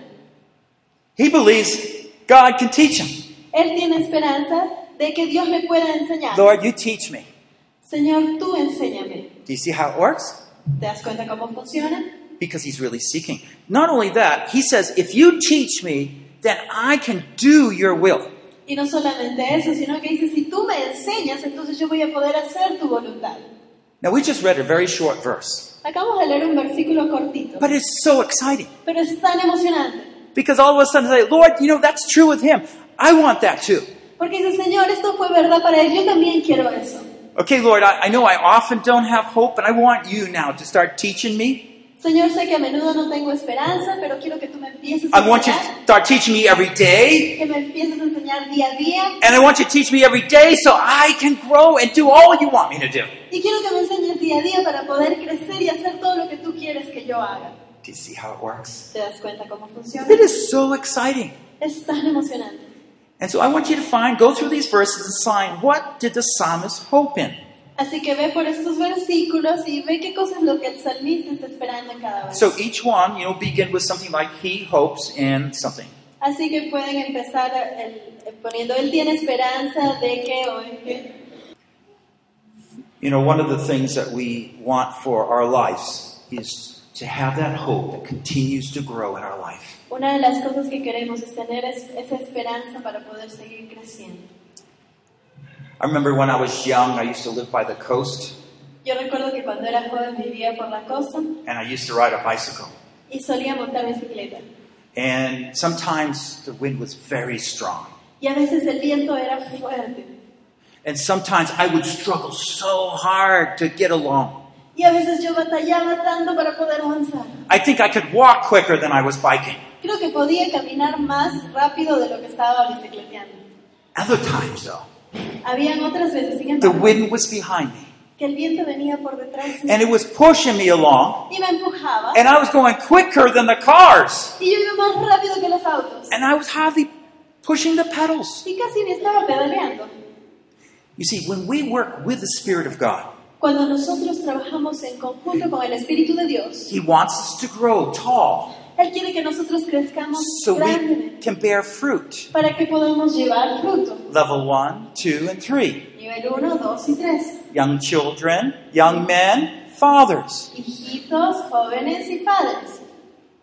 Speaker 1: He believes God can teach him.
Speaker 2: Él tiene esperanza de que Dios le pueda enseñar.
Speaker 1: Lord, you teach me.
Speaker 2: Señor, tú enséñame.
Speaker 1: Do you see how it works?
Speaker 2: ¿Te das cuenta cómo funciona?
Speaker 1: Because he's really seeking. Not only that, he says, If you teach me, then I can do your will.
Speaker 2: Y no solamente eso, sino que dice, si tú me enseñas, entonces yo voy a poder hacer tu voluntad.
Speaker 1: Now, we just read a very short verse,
Speaker 2: Acabamos de leer un versículo cortito,
Speaker 1: but it's so exciting.
Speaker 2: pero es tan emocionante,
Speaker 1: Because all of a sudden, say, Lord, you know, that's true with him. I want that too.
Speaker 2: porque dice, Señor, esto fue verdad para él, yo también quiero eso.
Speaker 1: Okay, Lord, I, I know I often don't have hope, but I want you now to start teaching me.
Speaker 2: Señor, sé que a menudo no tengo esperanza, pero quiero que tú me empieces a
Speaker 1: I want you to
Speaker 2: enseñar,
Speaker 1: start teaching me every day.
Speaker 2: que me empieces a enseñar día a día,
Speaker 1: And I want you to teach me every day so I can grow and do all you want me to do.
Speaker 2: y quiero que me enseñes día a día para poder crecer y hacer todo lo que tú quieres que yo haga.
Speaker 1: Do you see how it works?
Speaker 2: ¿Te das cuenta cómo funciona?
Speaker 1: It is so exciting.
Speaker 2: Es tan emocionante.
Speaker 1: And so I want you to find, go through these verses and find what did the psalmist hope in.
Speaker 2: Así que ve por estos versículos y ve qué cosa es lo que el salmista está esperando en cada verso.
Speaker 1: So each one, you know, begin with something like he hopes in something.
Speaker 2: Así que pueden empezar el- poniendo, él tiene esperanza de que o en que.
Speaker 1: You know, one of the things that we want for our lives is to have that hope that continues to grow in our life.
Speaker 2: Una de las cosas que queremos es tener es- esa esperanza para poder seguir creciendo.
Speaker 1: I remember when I was young, I used to live by the coast
Speaker 2: Yo recuerdo que cuando era joven vivía por la costa
Speaker 1: and I used to ride a bicycle.
Speaker 2: y solía montar bicicleta.
Speaker 1: And sometimes the wind was very strong.
Speaker 2: Y a veces el viento era fuerte.
Speaker 1: And sometimes I would struggle so hard to get along.
Speaker 2: Y a veces yo batallaba tanto para poder avanzar.
Speaker 1: I think I could walk quicker than I was biking.
Speaker 2: Creo que podía caminar más rápido de lo que estaba bicicleteando.
Speaker 1: Other times, though,
Speaker 2: Habían otras veces, sin
Speaker 1: the
Speaker 2: embargo,
Speaker 1: wind was behind me
Speaker 2: que el viento venía por detrás
Speaker 1: and it was pushing me along,
Speaker 2: y me empujaba.
Speaker 1: and I was going quicker than the cars.
Speaker 2: Y yo iba más rápido que los autos.
Speaker 1: and I was hardly pushing the pedals.
Speaker 2: Y casi ni estaba pedaleando.
Speaker 1: You see, when we work with the Spirit of God,
Speaker 2: Cuando nosotros trabajamos en conjunto con el Espíritu de Dios,
Speaker 1: He wants us to grow tall
Speaker 2: Él quiere que nosotros crezcamos
Speaker 1: so we
Speaker 2: grandemente
Speaker 1: can bear fruit.
Speaker 2: para que podamos llevar fruto.
Speaker 1: Level one, two, and three.
Speaker 2: Nivel 1, 2 y 3.
Speaker 1: Young children, young men, fathers.
Speaker 2: Hijitos, jóvenes y padres.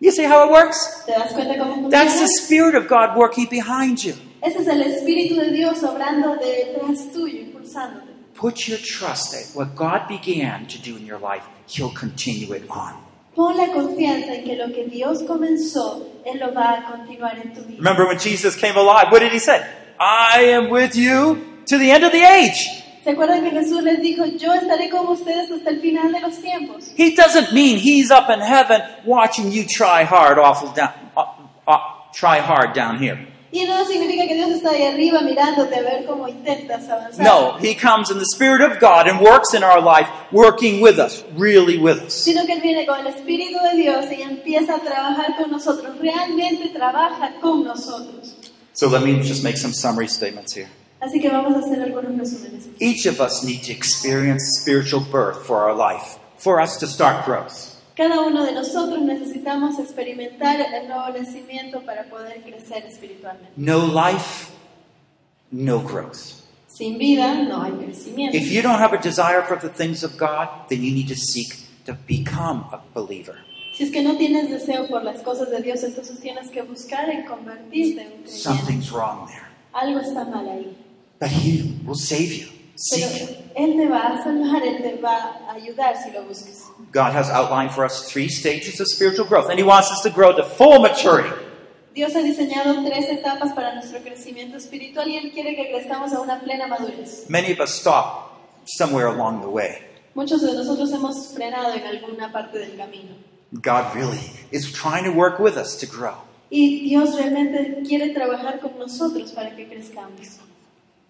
Speaker 1: You see how it works?
Speaker 2: ¿Te das cuenta cómo funciona?
Speaker 1: That's the Spirit of God working behind you.
Speaker 2: Ese es el Espíritu de Dios obrando detrás tuyo, impulsándote.
Speaker 1: Put your trust that what God began to do in your life, He'll continue it on.
Speaker 2: Pon la confianza en que lo que Dios comenzó, Él lo va a continuar en tu vida.
Speaker 1: Remember when Jesus came alive, what did He say? I am with you to the end of the age.
Speaker 2: ¿Se acuerdan que Jesús les dijo, yo estaré con ustedes hasta el final de los tiempos?
Speaker 1: He doesn't mean he's up in heaven watching you try hard, awful down, uh, uh, try hard down here.
Speaker 2: Y no significa que Dios está ahí arriba mirándote a ver cómo intentas avanzar.
Speaker 1: No, he comes in the Spirit of God and works in our life, working with us, really with us.
Speaker 2: Sino que Él viene con el Espíritu de Dios y empieza a trabajar con nosotros. Realmente trabaja con nosotros.
Speaker 1: So let me just make some summary statements here.
Speaker 2: Así que vamos a hacer algunos resúmenes.
Speaker 1: Each of us need to experience spiritual birth for our life, for us to start growth.
Speaker 2: Cada uno de nosotros necesitamos experimentar el nuevo nacimiento para poder crecer espiritualmente.
Speaker 1: No life, no growth.
Speaker 2: Sin vida no hay crecimiento.
Speaker 1: If you don't have a desire for the things of God, then you need to seek to become a believer.
Speaker 2: Si es que no tienes deseo por las cosas de Dios, entonces tienes que buscar y convertirte en un creyente.
Speaker 1: Something's wrong there.
Speaker 2: Algo está mal ahí.
Speaker 1: But He will save you.
Speaker 2: Pero
Speaker 1: Seek Him.
Speaker 2: Él te va a salvar, Él te va a ayudar si lo buscas.
Speaker 1: God has outlined for us three stages of spiritual growth, and He wants us to grow to full maturity.
Speaker 2: Dios ha diseñado tres etapas para nuestro crecimiento espiritual y Él quiere que crezcamos a una plena madurez.
Speaker 1: Many of us stop somewhere along the way.
Speaker 2: Muchos de nosotros hemos frenado en alguna parte del camino.
Speaker 1: God really is trying to work with us to grow.
Speaker 2: Y Dios realmente quiere trabajar con nosotros para que crezcamos.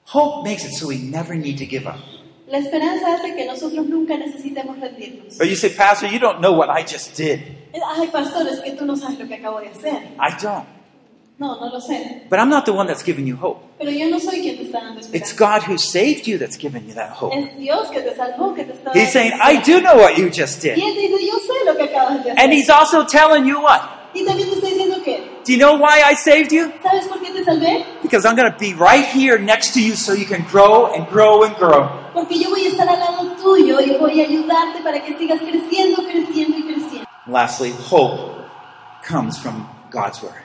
Speaker 1: Hope makes it so we never need to give up.
Speaker 2: La esperanza hace que nosotros nunca necesitemos rendirnos.
Speaker 1: But you say, Pastor, you don't know what I just did.
Speaker 2: Ay, pastor, es que tú no sabes lo que acabo de hacer.
Speaker 1: I don't.
Speaker 2: No, no lo sé.
Speaker 1: But I'm not the one that's giving you hope.
Speaker 2: Pero yo no soy quien te está dando
Speaker 1: It's
Speaker 2: esperanza.
Speaker 1: God who saved you that's giving you that hope.
Speaker 2: Es Dios que te salvó, que te está dando
Speaker 1: He's saying,
Speaker 2: esperanza.
Speaker 1: I do know what you just did.
Speaker 2: Y él te dice, yo sé lo que acabas de hacer.
Speaker 1: And He's also telling you what?
Speaker 2: Y también te está diciendo que,
Speaker 1: Do you know why I saved you?
Speaker 2: ¿sabes por qué te salvé?
Speaker 1: Because I'm going to be right here next to you so you can grow and grow and grow.
Speaker 2: Porque yo voy a estar al lado tuyo y voy a ayudarte para que sigas creciendo, creciendo y creciendo.
Speaker 1: And lastly, hope comes from God's Word.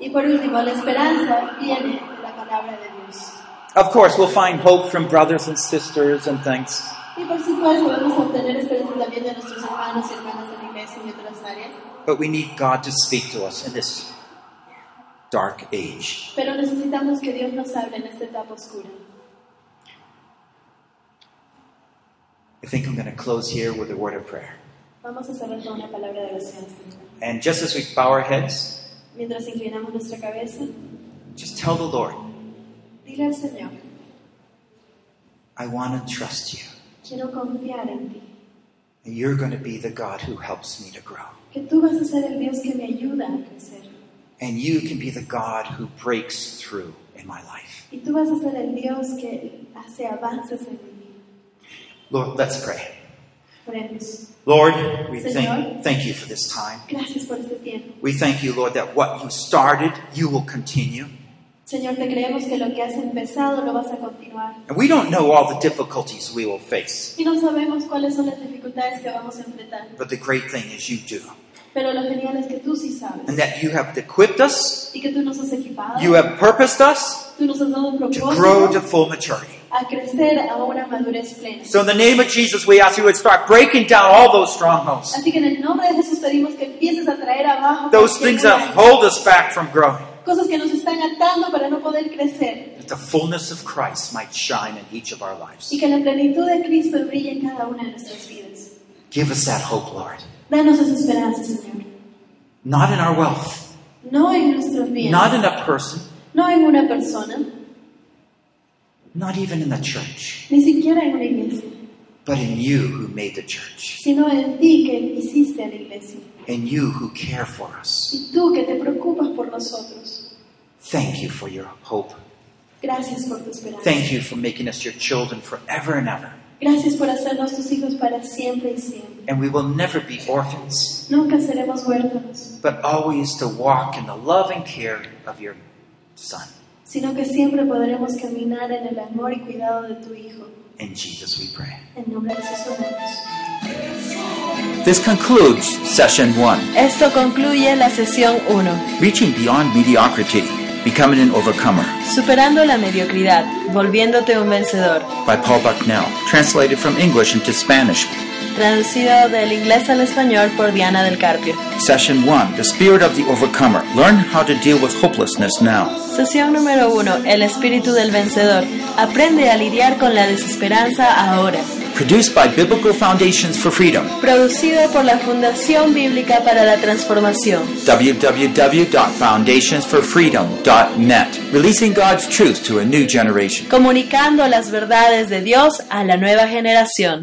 Speaker 2: Y por último, la esperanza viene de la palabra de Dios.
Speaker 1: Of course, we'll find hope from brothers and sisters and things.
Speaker 2: Y por supuesto, vamos a obtener esperanza también de nuestros hermanos y hermanas en la iglesia y en otras áreas.
Speaker 1: But we need God to speak to us in this dark age.
Speaker 2: Pero necesitamos que Dios nos hable en esta etapa oscura.
Speaker 1: I think I'm going to close here with a word of prayer.
Speaker 2: Vamos a cerrar con una palabra de oración. Señor.
Speaker 1: And just as we bow our heads,
Speaker 2: Mientras inclinamos nuestra cabeza,
Speaker 1: just tell the Lord,
Speaker 2: dile al Señor,
Speaker 1: I want to trust you.
Speaker 2: quiero confiar en ti,
Speaker 1: And you're going to be the God who helps me to grow.
Speaker 2: que tú vas a ser el Dios que me ayuda a crecer.
Speaker 1: And you can be the God who breaks through in my life.
Speaker 2: Y tú vas a ser el Dios que hace avances en mi vida.
Speaker 1: Lord, let's pray.
Speaker 2: Oremos.
Speaker 1: Lord, we
Speaker 2: Señor.
Speaker 1: thank, thank you for this time.
Speaker 2: Gracias por este tiempo.
Speaker 1: We thank you, Lord, that what you started, you will continue.
Speaker 2: Señor, te creemos que lo que has empezado lo vas a continuar.
Speaker 1: And we don't know all the difficulties we will face.
Speaker 2: Y no sabemos cuáles son las dificultades que vamos a enfrentar,
Speaker 1: But the great thing is you do.
Speaker 2: pero lo genial es que tú sí sabes
Speaker 1: And that you have equipped us,
Speaker 2: y que tú nos has equipado,
Speaker 1: you have purposed us
Speaker 2: tú nos has dado un
Speaker 1: to grow
Speaker 2: propósito
Speaker 1: to full maturity.
Speaker 2: a crecer a una madurez plena.
Speaker 1: So in the name of Jesus, we ask you would start breaking down all those strongholds.
Speaker 2: Así que en el nombre de Jesús pedimos que empieces a traer abajo
Speaker 1: those
Speaker 2: cualquier
Speaker 1: things that
Speaker 2: muralla,
Speaker 1: hold us back from growing,
Speaker 2: cosas que nos están atando para no poder crecer
Speaker 1: that the fullness of Christ might shine in each of our lives.
Speaker 2: y que la plenitud de Cristo brille en cada una de nuestras vidas.
Speaker 1: Give us that hope, Lord.
Speaker 2: Danos esa esperanza, Señor.
Speaker 1: Not in our wealth,
Speaker 2: No en nuestros bienes,
Speaker 1: not in a person,
Speaker 2: no en una persona,
Speaker 1: not even in the church,
Speaker 2: ni siquiera en una iglesia,
Speaker 1: but in you who made the church,
Speaker 2: sino en ti que hiciste a la iglesia.
Speaker 1: in you who care for us.
Speaker 2: Y tú que te preocupas por nosotros,
Speaker 1: Thank you for your hope.
Speaker 2: gracias por tu esperanza.
Speaker 1: Thank you for making us your children forever and ever.
Speaker 2: Gracias por hacernos tus hijos para siempre y siempre.
Speaker 1: And we will never be orphans,
Speaker 2: Nunca seremos huérfanos,
Speaker 1: but always to walk in the love and care of your Son.
Speaker 2: sino que siempre podremos caminar en el amor y cuidado de tu Hijo.
Speaker 1: In Jesus we pray.
Speaker 2: En nombre de Jesús oramos.
Speaker 1: This concludes session one.
Speaker 3: Esto concluye la sesión 1.
Speaker 1: Reaching Beyond Mediocrity.
Speaker 4: Becoming an Overcomer
Speaker 3: Superando la mediocridad, volviéndote un vencedor.
Speaker 4: by Paul Bucknell, translated from English into Spanish.
Speaker 3: Traducido del inglés al español por Diana del Carpio.
Speaker 4: Session 1 The Spirit of the Overcomer. Learn how to deal with hopelessness now.
Speaker 3: Sesión número 1. El espíritu del vencedor. Aprende a lidiar con la desesperanza ahora.
Speaker 4: Produced by Biblical Foundations for Freedom.
Speaker 3: Producido por la Fundación Bíblica para la Transformación.
Speaker 4: www.foundationsforfreedom.net. Releasing God's truth to a new generation.
Speaker 3: Comunicando las verdades de Dios a la nueva generación.